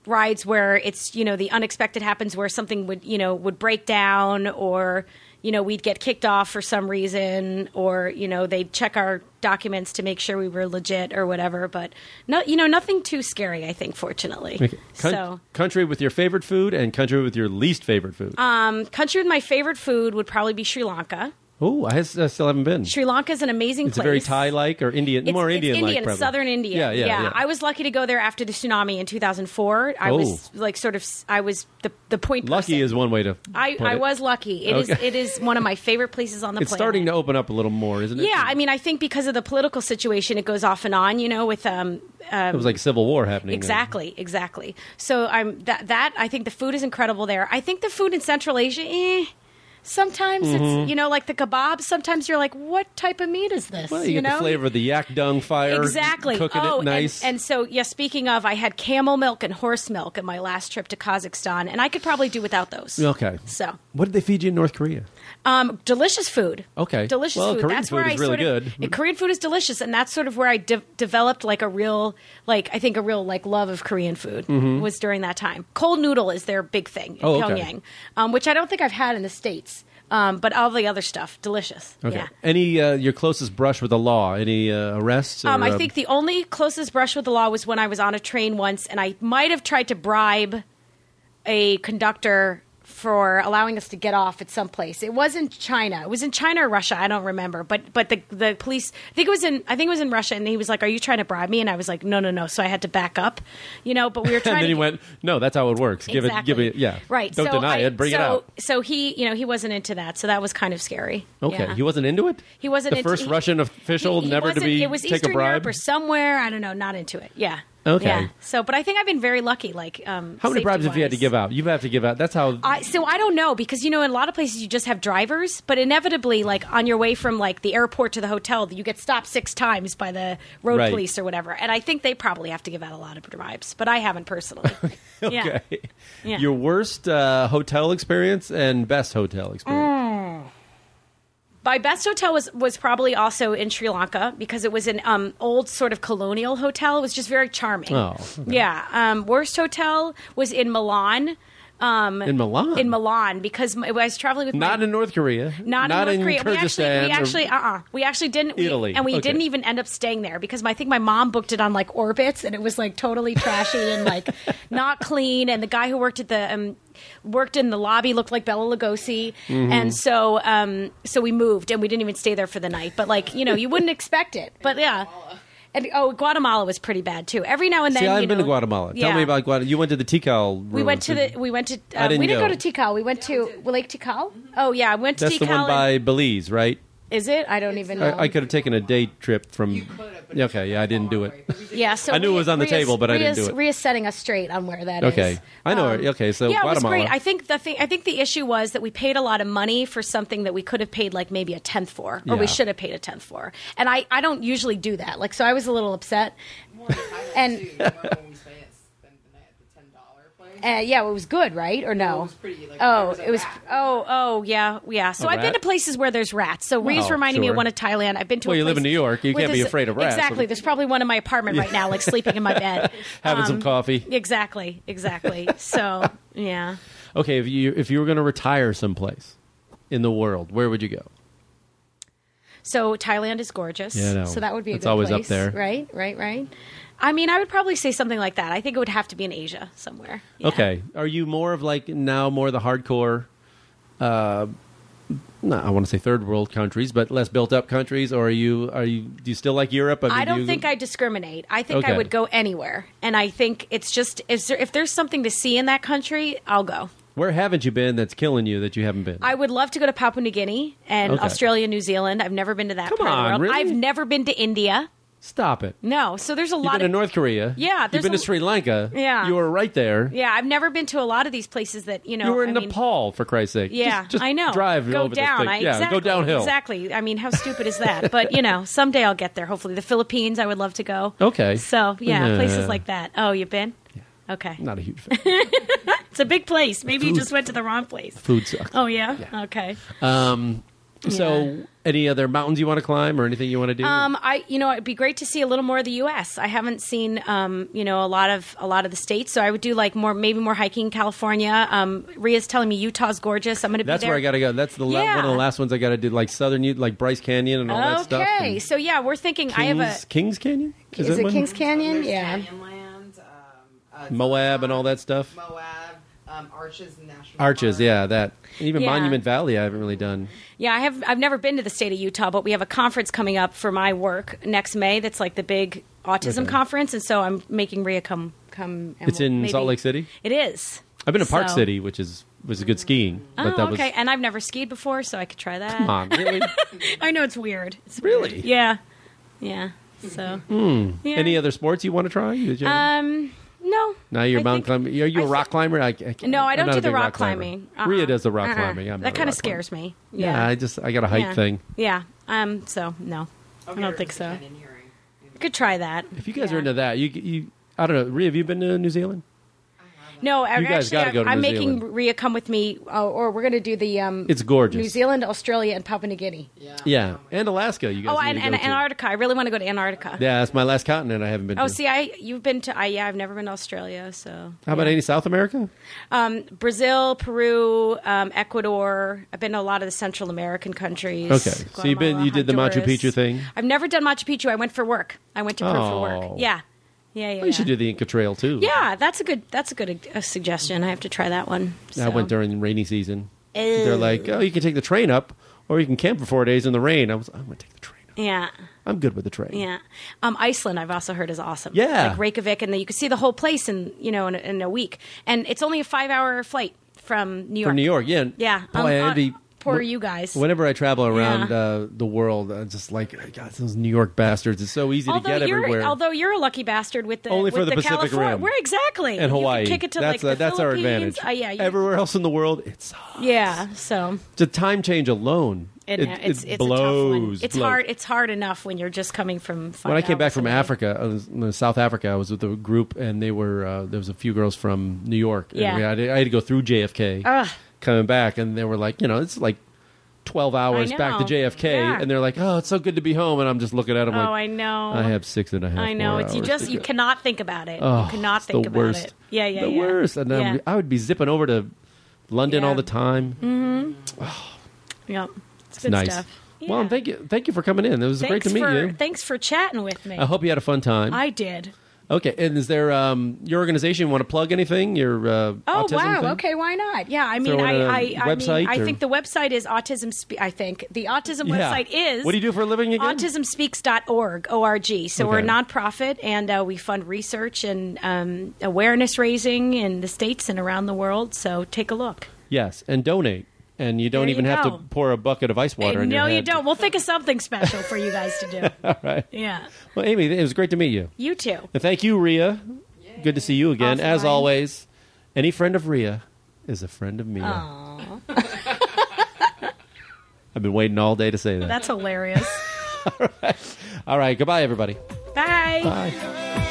[SPEAKER 3] rides where it's you know the unexpected happens where something would you know would break down or you know we'd get kicked off for some reason or you know they'd check our documents to make sure we were legit or whatever but no you know nothing too scary i think fortunately
[SPEAKER 1] Coun-
[SPEAKER 3] so
[SPEAKER 1] country with your favorite food and country with your least favorite food.
[SPEAKER 3] um, country with my favorite food would probably be sri lanka
[SPEAKER 1] oh, I, s- I still haven't been.
[SPEAKER 3] sri lanka is an amazing
[SPEAKER 1] it's
[SPEAKER 3] place
[SPEAKER 1] a very Thai-like or Indian,
[SPEAKER 3] It's-
[SPEAKER 1] more
[SPEAKER 3] it's
[SPEAKER 1] Indian-like.
[SPEAKER 3] Indian,
[SPEAKER 1] probably.
[SPEAKER 3] southern Indian.
[SPEAKER 1] Yeah, yeah, yeah.
[SPEAKER 3] I was lucky to go there after the tsunami in 2004. I was
[SPEAKER 1] Oh.
[SPEAKER 3] like, sort of, s- I was the the point.
[SPEAKER 1] lucky
[SPEAKER 3] person.
[SPEAKER 1] is one way to.
[SPEAKER 3] I,
[SPEAKER 1] put
[SPEAKER 3] I
[SPEAKER 1] it.
[SPEAKER 3] was lucky. It is
[SPEAKER 1] Okay.
[SPEAKER 3] it is one of my favorite places on the
[SPEAKER 1] It's
[SPEAKER 3] planet.
[SPEAKER 1] starting to open up a little more, isn't it?
[SPEAKER 3] Yeah, I mean, I think because of the political situation, it goes off and on. You know, with um,
[SPEAKER 1] it was like civil war happening. there.
[SPEAKER 3] exactly, exactly. So I'm that that I think the food is incredible there. I think the food in Central Asia, eh. Sometimes
[SPEAKER 1] Mm-hmm.
[SPEAKER 3] it's you know like the kebabs. Sometimes you're like, what type of meat is this?
[SPEAKER 1] Well, you, get
[SPEAKER 3] know,
[SPEAKER 1] the flavor of the yak dung fire.
[SPEAKER 3] exactly.
[SPEAKER 1] Cooking
[SPEAKER 3] oh,
[SPEAKER 1] it nice.
[SPEAKER 3] And, and so yeah. Speaking of, I had camel milk and horse milk at my last trip to Kazakhstan, and I could probably do without those.
[SPEAKER 1] okay.
[SPEAKER 3] So
[SPEAKER 1] what did they feed you in North Korea?
[SPEAKER 3] Um, delicious food.
[SPEAKER 1] Okay.
[SPEAKER 3] Delicious
[SPEAKER 1] Well,
[SPEAKER 3] food.
[SPEAKER 1] Korean
[SPEAKER 3] that's
[SPEAKER 1] food
[SPEAKER 3] where
[SPEAKER 1] is
[SPEAKER 3] I
[SPEAKER 1] really
[SPEAKER 3] sort of,
[SPEAKER 1] good.
[SPEAKER 3] yeah, Korean food is delicious, and that's sort of where I de- developed like a real, like I think a real like love of Korean food was during that time. Cold noodle is their big thing in
[SPEAKER 1] Mm-hmm. Oh, okay.
[SPEAKER 3] Pyongyang, um, which I don't think I've had in the states. Um, but all the other stuff, delicious.
[SPEAKER 1] Okay.
[SPEAKER 3] Yeah.
[SPEAKER 1] Any uh, your closest brush with the law? Any uh, arrests? Or,
[SPEAKER 3] Um, I
[SPEAKER 1] uh,
[SPEAKER 3] think the only closest brush with the law was when I was on a train once, and I might have tried to bribe a conductor for allowing us to get off at some place. It was in China. It was in China or Russia. I don't remember. But but the the police. I think it was in. I think it was in Russia. And he was like, "Are you trying to bribe me?" And I was like, "No, no, no." So I had to back up. You know. But we were trying.
[SPEAKER 1] And then
[SPEAKER 3] to
[SPEAKER 1] he
[SPEAKER 3] get-
[SPEAKER 1] went, no, that's how it works. Give
[SPEAKER 3] exactly.
[SPEAKER 1] it, give it, yeah.
[SPEAKER 3] Right.
[SPEAKER 1] Don't
[SPEAKER 3] so
[SPEAKER 1] deny
[SPEAKER 3] I-
[SPEAKER 1] it. Bring
[SPEAKER 3] so-
[SPEAKER 1] it out.
[SPEAKER 3] So he, you know, he wasn't into that. So that was kind of scary.
[SPEAKER 1] Okay,
[SPEAKER 3] Yeah.
[SPEAKER 1] he wasn't into it.
[SPEAKER 3] He wasn't
[SPEAKER 1] the
[SPEAKER 3] into-
[SPEAKER 1] first
[SPEAKER 3] he-
[SPEAKER 1] Russian official
[SPEAKER 3] He- he
[SPEAKER 1] never to
[SPEAKER 3] wasn't-
[SPEAKER 1] be
[SPEAKER 3] It was
[SPEAKER 1] take
[SPEAKER 3] Eastern
[SPEAKER 1] a bribe.
[SPEAKER 3] Europe or somewhere. I don't know. Not into it. Yeah.
[SPEAKER 1] Okay.
[SPEAKER 3] Yeah. So, but I think I've been very lucky. Like, um,
[SPEAKER 1] how many bribes have you had to
[SPEAKER 3] safety-wise.
[SPEAKER 1] give out? You have to give out. That's how.
[SPEAKER 3] I, so I don't know because you know in a lot of places you just have drivers, but inevitably, like on your way from like the airport to the hotel, you get stopped six times by the road
[SPEAKER 1] Right.
[SPEAKER 3] police or whatever. And I think they probably have to give out a lot of bribes, but I haven't personally. Yeah.
[SPEAKER 1] okay.
[SPEAKER 3] Yeah.
[SPEAKER 1] Your worst uh, hotel experience and best hotel experience.
[SPEAKER 3] My best hotel was was probably also in Sri Lanka because it was an um, old sort of colonial hotel. It was just very charming.
[SPEAKER 1] Oh, okay.
[SPEAKER 3] yeah. Um, worst hotel was in Milan. Um,
[SPEAKER 1] In Milan?
[SPEAKER 3] In Milan because my, I was traveling with
[SPEAKER 1] Not
[SPEAKER 3] my,
[SPEAKER 1] in North Korea.
[SPEAKER 3] not, in North Korea. We actually,
[SPEAKER 1] Kyrgyzstan
[SPEAKER 3] we
[SPEAKER 1] or-
[SPEAKER 3] actually, uh, uh we actually didn't. we-
[SPEAKER 1] Italy.
[SPEAKER 3] and we
[SPEAKER 1] Okay.
[SPEAKER 3] didn't even end up staying there because my, I think my mom booked it on like orbits, and it was like totally trashy and like not clean. And the guy who worked at the um, worked in the lobby looked like Bella Lugosi,
[SPEAKER 1] Mm-hmm.
[SPEAKER 3] and so um, so we moved, and we didn't even stay there for the night. But like you know, you wouldn't expect it. But yeah. And, oh, Guatemala was pretty bad too. Every now and then,
[SPEAKER 1] See, I've
[SPEAKER 3] you
[SPEAKER 1] been
[SPEAKER 3] know-
[SPEAKER 1] to Guatemala.
[SPEAKER 3] Yeah.
[SPEAKER 1] Tell me about Guatemala. You went to the Tikal.
[SPEAKER 3] We went to the. We went to. Uh,
[SPEAKER 1] I didn't
[SPEAKER 3] we didn't go.
[SPEAKER 1] go.
[SPEAKER 3] to Tikal. We went to Lake Tikal. Oh yeah, I went to
[SPEAKER 1] That's the
[SPEAKER 3] Tikal.
[SPEAKER 1] one
[SPEAKER 3] and-
[SPEAKER 1] by Belize, right?
[SPEAKER 3] is it? I don't even know.
[SPEAKER 1] I, I could have taken a day trip from.
[SPEAKER 4] You could have, but
[SPEAKER 1] Yeah,
[SPEAKER 4] it's
[SPEAKER 1] okay,
[SPEAKER 4] not
[SPEAKER 1] yeah, I didn't do
[SPEAKER 4] far
[SPEAKER 1] it.
[SPEAKER 4] away. But we did-
[SPEAKER 3] Yeah, so
[SPEAKER 1] I knew it
[SPEAKER 3] Rhea-
[SPEAKER 1] was on the
[SPEAKER 3] Rhea's-
[SPEAKER 1] table, but I didn't
[SPEAKER 3] Rhea's-
[SPEAKER 1] do it.
[SPEAKER 3] Rhea's setting us straight on where that is.
[SPEAKER 1] Okay. I know it. Okay, so
[SPEAKER 3] Um, yeah, it
[SPEAKER 1] Guatemala.
[SPEAKER 3] was great. I think the thing I think the issue was that we paid a lot of money for something that we could have paid like maybe a tenth for, or we
[SPEAKER 1] Yeah.
[SPEAKER 3] should have paid a tenth for. And I I don't usually do that. Like so, I was a little upset.
[SPEAKER 4] More in Thailand,
[SPEAKER 3] And-
[SPEAKER 4] too. Remember when we spent it- spent the night at the $10 place?
[SPEAKER 3] Uh, yeah, it was good, right? Or no?
[SPEAKER 4] Well, it was pretty, like, there
[SPEAKER 3] oh,
[SPEAKER 4] was a
[SPEAKER 3] it was.
[SPEAKER 4] rat.
[SPEAKER 3] Oh, oh, yeah, yeah. So
[SPEAKER 1] A
[SPEAKER 3] i I've been
[SPEAKER 1] rat?
[SPEAKER 3] to places where there's rats. So Ree's
[SPEAKER 1] Well,
[SPEAKER 3] reminding me
[SPEAKER 1] sure.
[SPEAKER 3] of one of Thailand. I've been to.
[SPEAKER 1] Well,
[SPEAKER 3] a
[SPEAKER 1] you live in
[SPEAKER 3] place
[SPEAKER 1] New York. You
[SPEAKER 3] with
[SPEAKER 1] can't be
[SPEAKER 3] this-
[SPEAKER 1] afraid of rats.
[SPEAKER 3] Exactly. There's probably one in my apartment right now, like sleeping in my bed.
[SPEAKER 1] Having some
[SPEAKER 3] Um,
[SPEAKER 1] coffee.
[SPEAKER 3] Exactly. Exactly. So yeah.
[SPEAKER 1] Okay, if you if you were going to retire someplace in the world, where would you go?
[SPEAKER 3] So Thailand is gorgeous.
[SPEAKER 1] Yeah, I know.
[SPEAKER 3] So that would be a
[SPEAKER 1] It's
[SPEAKER 3] good
[SPEAKER 1] always up
[SPEAKER 3] place,
[SPEAKER 1] there.
[SPEAKER 3] right? Right? Right? I mean, I would probably say something like that. I think it would have to be in Asia somewhere. Yeah.
[SPEAKER 1] Okay, are you more of like now more the hardcore? Uh, no, I want to say third world countries, but less built up countries. Or are you are you do you still like Europe? mean,
[SPEAKER 3] I
[SPEAKER 1] do
[SPEAKER 3] don't
[SPEAKER 1] you-
[SPEAKER 3] think I discriminate. I think I
[SPEAKER 1] Okay.
[SPEAKER 3] would go anywhere, and I think it's just if, there, if there's something to see in that country, I'll go.
[SPEAKER 1] Where haven't you been that's killing you that you haven't been?
[SPEAKER 3] I would love to go to Papua New Guinea and
[SPEAKER 1] Okay.
[SPEAKER 3] Australia, New Zealand. I've never been to that
[SPEAKER 1] Come
[SPEAKER 3] part
[SPEAKER 1] on,
[SPEAKER 3] of the world.
[SPEAKER 1] really?
[SPEAKER 3] I've never been to India.
[SPEAKER 1] Stop it.
[SPEAKER 3] No, so there's a
[SPEAKER 1] You've
[SPEAKER 3] lot
[SPEAKER 1] been
[SPEAKER 3] of
[SPEAKER 1] to North Korea.
[SPEAKER 3] Yeah,
[SPEAKER 1] You've
[SPEAKER 3] there's
[SPEAKER 1] been to
[SPEAKER 3] a-
[SPEAKER 1] Sri Lanka.
[SPEAKER 3] Yeah.
[SPEAKER 1] You were right there.
[SPEAKER 3] Yeah, I've never been to a lot of these places that you know.
[SPEAKER 1] You were in
[SPEAKER 3] I mean-
[SPEAKER 1] Nepal, for Christ's sake.
[SPEAKER 3] Yeah,
[SPEAKER 1] Just- just
[SPEAKER 3] I know.
[SPEAKER 1] Drive
[SPEAKER 3] go
[SPEAKER 1] over this
[SPEAKER 3] down.
[SPEAKER 1] thing.
[SPEAKER 3] I,
[SPEAKER 1] yeah,
[SPEAKER 3] exactly,
[SPEAKER 1] go downhill.
[SPEAKER 3] Exactly. I mean, how stupid is that? But you know, someday I'll get there. Hopefully, the Philippines. I would love to go.
[SPEAKER 1] Okay.
[SPEAKER 3] So yeah,
[SPEAKER 1] Oh. Yeah.
[SPEAKER 3] places like that. Oh, you've been? Okay.
[SPEAKER 1] Not a huge fan.
[SPEAKER 3] It's a big place. Maybe you
[SPEAKER 1] Food.
[SPEAKER 3] just went to the wrong place.
[SPEAKER 1] Food sucks.
[SPEAKER 3] Oh yeah. Okay.
[SPEAKER 1] Um, So, any other mountains you want to climb or anything you want to do?
[SPEAKER 3] Um, I you know it'd be great to see a little more of the U.S. I haven't seen um, you know a lot of a lot of the states, so I would do like more maybe more hiking in California. Um, Ria's telling me Utah's gorgeous. I'm going to be
[SPEAKER 1] That's
[SPEAKER 3] there.
[SPEAKER 1] where I got to go. That's the la-
[SPEAKER 3] Yeah.
[SPEAKER 1] one of the last ones I got to do, like Southern, U- like Bryce Canyon and all that stuff. and
[SPEAKER 3] Okay, so yeah, we're thinking. I have a
[SPEAKER 1] Kings, Kings Canyon.
[SPEAKER 5] Is,
[SPEAKER 1] that
[SPEAKER 5] it
[SPEAKER 1] one?
[SPEAKER 5] Kings Canyon?
[SPEAKER 4] There's
[SPEAKER 5] Yeah.
[SPEAKER 4] Canyonland, um, uh,
[SPEAKER 1] Moab and all that stuff?
[SPEAKER 4] Moab, um, Arches National
[SPEAKER 1] Arches,
[SPEAKER 4] Park.
[SPEAKER 1] yeah, that. And even
[SPEAKER 3] Yeah.
[SPEAKER 1] Monument Valley, I haven't really done.
[SPEAKER 3] Yeah, I have. I've never been to the state of Utah, but we have a conference coming up for my work next May. That's like the big autism
[SPEAKER 1] Okay.
[SPEAKER 3] conference, and so I'm making Rhea come come. and
[SPEAKER 1] It's in
[SPEAKER 3] Um, maybe-
[SPEAKER 1] Salt Lake City.
[SPEAKER 3] It is.
[SPEAKER 1] I've been to Park
[SPEAKER 3] So-
[SPEAKER 1] City, which is was good skiing,
[SPEAKER 3] Oh,
[SPEAKER 1] but that
[SPEAKER 3] okay.
[SPEAKER 1] was
[SPEAKER 3] And I've never skied before, so I could try that.
[SPEAKER 1] come on, really.
[SPEAKER 3] I know it's weird. It's
[SPEAKER 1] Really? Hmm.
[SPEAKER 3] weird. Yeah, yeah. So yeah.
[SPEAKER 1] Any other sports you want to try? Did you-
[SPEAKER 3] Um, no.
[SPEAKER 1] now you're
[SPEAKER 3] I
[SPEAKER 1] mountain
[SPEAKER 3] think-
[SPEAKER 1] climbing. Are you a
[SPEAKER 3] I
[SPEAKER 1] rock
[SPEAKER 3] think-
[SPEAKER 1] climber? I, I can't-
[SPEAKER 3] No, I
[SPEAKER 1] I'm
[SPEAKER 3] don't
[SPEAKER 1] not
[SPEAKER 3] do
[SPEAKER 1] a
[SPEAKER 3] the
[SPEAKER 1] big
[SPEAKER 3] rock
[SPEAKER 1] climber.
[SPEAKER 3] climbing. Uh-uh.
[SPEAKER 1] Rhea does the rock
[SPEAKER 3] Uh-uh.
[SPEAKER 1] climbing. I'm not
[SPEAKER 3] that
[SPEAKER 1] a
[SPEAKER 3] kind of
[SPEAKER 1] rock climber.
[SPEAKER 3] scares me.
[SPEAKER 1] Yeah. I just I got a height
[SPEAKER 3] yeah.
[SPEAKER 1] thing.
[SPEAKER 3] Yeah. Um. So no, I don't think so.
[SPEAKER 4] And hearing. you know.
[SPEAKER 3] Could try that.
[SPEAKER 1] If you guys
[SPEAKER 3] Yeah.
[SPEAKER 1] are into that, you you I don't know. Rhea, have you been to New Zealand?
[SPEAKER 3] No, I-
[SPEAKER 1] You guys
[SPEAKER 3] actually,
[SPEAKER 1] gotta
[SPEAKER 3] I'm,
[SPEAKER 1] go to
[SPEAKER 3] I'm
[SPEAKER 1] New
[SPEAKER 3] making
[SPEAKER 1] Zealand.
[SPEAKER 3] Rhea come with me, uh, or we're going to do the um,
[SPEAKER 1] It's gorgeous.
[SPEAKER 3] New Zealand, Australia, and Papua New Guinea.
[SPEAKER 4] Yeah.
[SPEAKER 1] Yeah, and Alaska. You guys.
[SPEAKER 3] Oh,
[SPEAKER 1] need
[SPEAKER 3] and,
[SPEAKER 1] to
[SPEAKER 3] and
[SPEAKER 1] go to.
[SPEAKER 3] Antarctica. I really want to go to Antarctica.
[SPEAKER 1] Yeah, that's my last continent. I haven't been. to.
[SPEAKER 3] Oh, see, I you've been to? I yeah, I've never been to Australia. So Um,
[SPEAKER 1] How about any South America?
[SPEAKER 3] Brazil, Peru, um, Ecuador. I've been to a lot of the Central American countries.
[SPEAKER 1] Okay. So you've been-
[SPEAKER 3] Guatemala,
[SPEAKER 1] you did the Machu
[SPEAKER 3] Honduras.
[SPEAKER 1] Picchu thing?
[SPEAKER 3] I've never done Machu Picchu. I went for work. I went to Peru for
[SPEAKER 1] Oh.
[SPEAKER 3] work. Yeah, yeah, yeah.
[SPEAKER 1] Well, you should
[SPEAKER 3] yeah.
[SPEAKER 1] do the Inca Trail too.
[SPEAKER 3] Yeah, that's a good that's a good uh, suggestion. I have to try that one.
[SPEAKER 1] I
[SPEAKER 3] so.
[SPEAKER 1] went during rainy season. They're like, oh, you can take the train up, or you can camp for four days in the rain. I was, I'm gonna take the train. Up.
[SPEAKER 3] Yeah.
[SPEAKER 1] I'm good with the train.
[SPEAKER 3] Yeah, um, Iceland. I've also heard is awesome.
[SPEAKER 1] Yeah.
[SPEAKER 3] like Reykjavik, and then you can see the whole place in you know in, a- in a week, and it's only a five-hour flight from New York.
[SPEAKER 1] From New York, yeah.
[SPEAKER 3] Yeah,
[SPEAKER 1] Boy,
[SPEAKER 3] um,
[SPEAKER 1] I
[SPEAKER 3] uh,
[SPEAKER 1] envy-
[SPEAKER 3] poor you guys.
[SPEAKER 1] Whenever I travel around
[SPEAKER 3] Yeah.
[SPEAKER 1] uh, the world, I'm just like, oh God, those New York bastards. It's so easy
[SPEAKER 3] although
[SPEAKER 1] to get
[SPEAKER 3] you're
[SPEAKER 1] everywhere.
[SPEAKER 3] although you're a lucky bastard with the
[SPEAKER 1] Only for
[SPEAKER 3] with
[SPEAKER 1] the Pacific
[SPEAKER 3] California,
[SPEAKER 1] Rim.
[SPEAKER 3] where exactly
[SPEAKER 1] and Hawaii.
[SPEAKER 3] you can kick it to
[SPEAKER 1] that's
[SPEAKER 3] like
[SPEAKER 1] uh,
[SPEAKER 3] the
[SPEAKER 1] that's our
[SPEAKER 3] Philippines.
[SPEAKER 1] advantage.
[SPEAKER 3] Uh, yeah, you-
[SPEAKER 1] Everywhere else in the world, it's
[SPEAKER 3] yeah. So
[SPEAKER 1] the time change alone.
[SPEAKER 3] it, it's, it's a tough one.
[SPEAKER 1] blows.
[SPEAKER 3] It's
[SPEAKER 1] blows.
[SPEAKER 3] hard. It's hard enough when you're just coming from. five
[SPEAKER 1] when I came back
[SPEAKER 3] hours
[SPEAKER 1] from
[SPEAKER 3] away.
[SPEAKER 1] Africa, I was, no, South Africa, I was with a group, and they were uh, there was a few girls from New York. and
[SPEAKER 3] Yeah.
[SPEAKER 1] we had- I had to go through JFK
[SPEAKER 3] Ugh.
[SPEAKER 1] coming back, and they were like, you know, it's like twelve hours back to
[SPEAKER 3] know.
[SPEAKER 1] JFK,
[SPEAKER 3] Yeah.
[SPEAKER 1] and they're like, oh, it's so good to be home, and I'm just looking at them
[SPEAKER 3] Oh,
[SPEAKER 1] like,
[SPEAKER 3] I know.
[SPEAKER 1] I have six and a half.
[SPEAKER 3] I know.
[SPEAKER 1] more
[SPEAKER 3] It's you
[SPEAKER 1] hours
[SPEAKER 3] just
[SPEAKER 1] to
[SPEAKER 3] you
[SPEAKER 1] go."
[SPEAKER 3] cannot think about it.
[SPEAKER 1] Oh,
[SPEAKER 3] you cannot
[SPEAKER 1] it's
[SPEAKER 3] think
[SPEAKER 1] the
[SPEAKER 3] about
[SPEAKER 1] worst.
[SPEAKER 3] it. Yeah, yeah,
[SPEAKER 1] the
[SPEAKER 3] yeah.
[SPEAKER 1] worst. And
[SPEAKER 3] yeah.
[SPEAKER 1] I'm- I would be zipping over to London
[SPEAKER 3] Yeah.
[SPEAKER 1] all the time.
[SPEAKER 3] Yep. It's good
[SPEAKER 1] nice.
[SPEAKER 3] stuff.
[SPEAKER 1] Well,
[SPEAKER 3] Yeah.
[SPEAKER 1] and thank you, thank you for coming in. It was great to
[SPEAKER 3] Thanks
[SPEAKER 1] meet
[SPEAKER 3] for,
[SPEAKER 1] you.
[SPEAKER 3] Thanks for chatting with me.
[SPEAKER 1] I hope you had a fun time.
[SPEAKER 3] I did.
[SPEAKER 1] Okay, and is there um, your organization want to plug anything? Your uh,
[SPEAKER 3] Oh
[SPEAKER 1] autism
[SPEAKER 3] wow!
[SPEAKER 1] thing?
[SPEAKER 3] Okay, why not? Yeah, I mean,
[SPEAKER 1] there
[SPEAKER 3] I,
[SPEAKER 1] a
[SPEAKER 3] I, I
[SPEAKER 1] website
[SPEAKER 3] mean, I
[SPEAKER 1] or-
[SPEAKER 3] think the website is autism. Spe- I think the autism
[SPEAKER 1] Yeah.
[SPEAKER 3] website is
[SPEAKER 1] What do you do for a living again?
[SPEAKER 3] autismspeaks.org org so we're a
[SPEAKER 1] Okay.
[SPEAKER 3] nonprofit and uh, we fund research and um, awareness raising in the states and around the world so take a look
[SPEAKER 1] Yes, and donate, and you don't
[SPEAKER 3] There you
[SPEAKER 1] even have to
[SPEAKER 3] go. Eh,
[SPEAKER 1] pour a bucket of ice water. in your
[SPEAKER 3] no you
[SPEAKER 1] head.
[SPEAKER 3] don't we'll think of something special for you guys to do all right yeah
[SPEAKER 1] Well, Amy, it was great to meet you,
[SPEAKER 3] you too
[SPEAKER 1] and thank you, Ria. Good to see you again, as
[SPEAKER 3] Offline.
[SPEAKER 1] always. Any friend of Ria is a friend of Mia. I've been waiting all day to say that.
[SPEAKER 3] that's hilarious
[SPEAKER 1] all right, goodbye, everybody.
[SPEAKER 3] bye
[SPEAKER 1] Bye.
[SPEAKER 2] Yeah.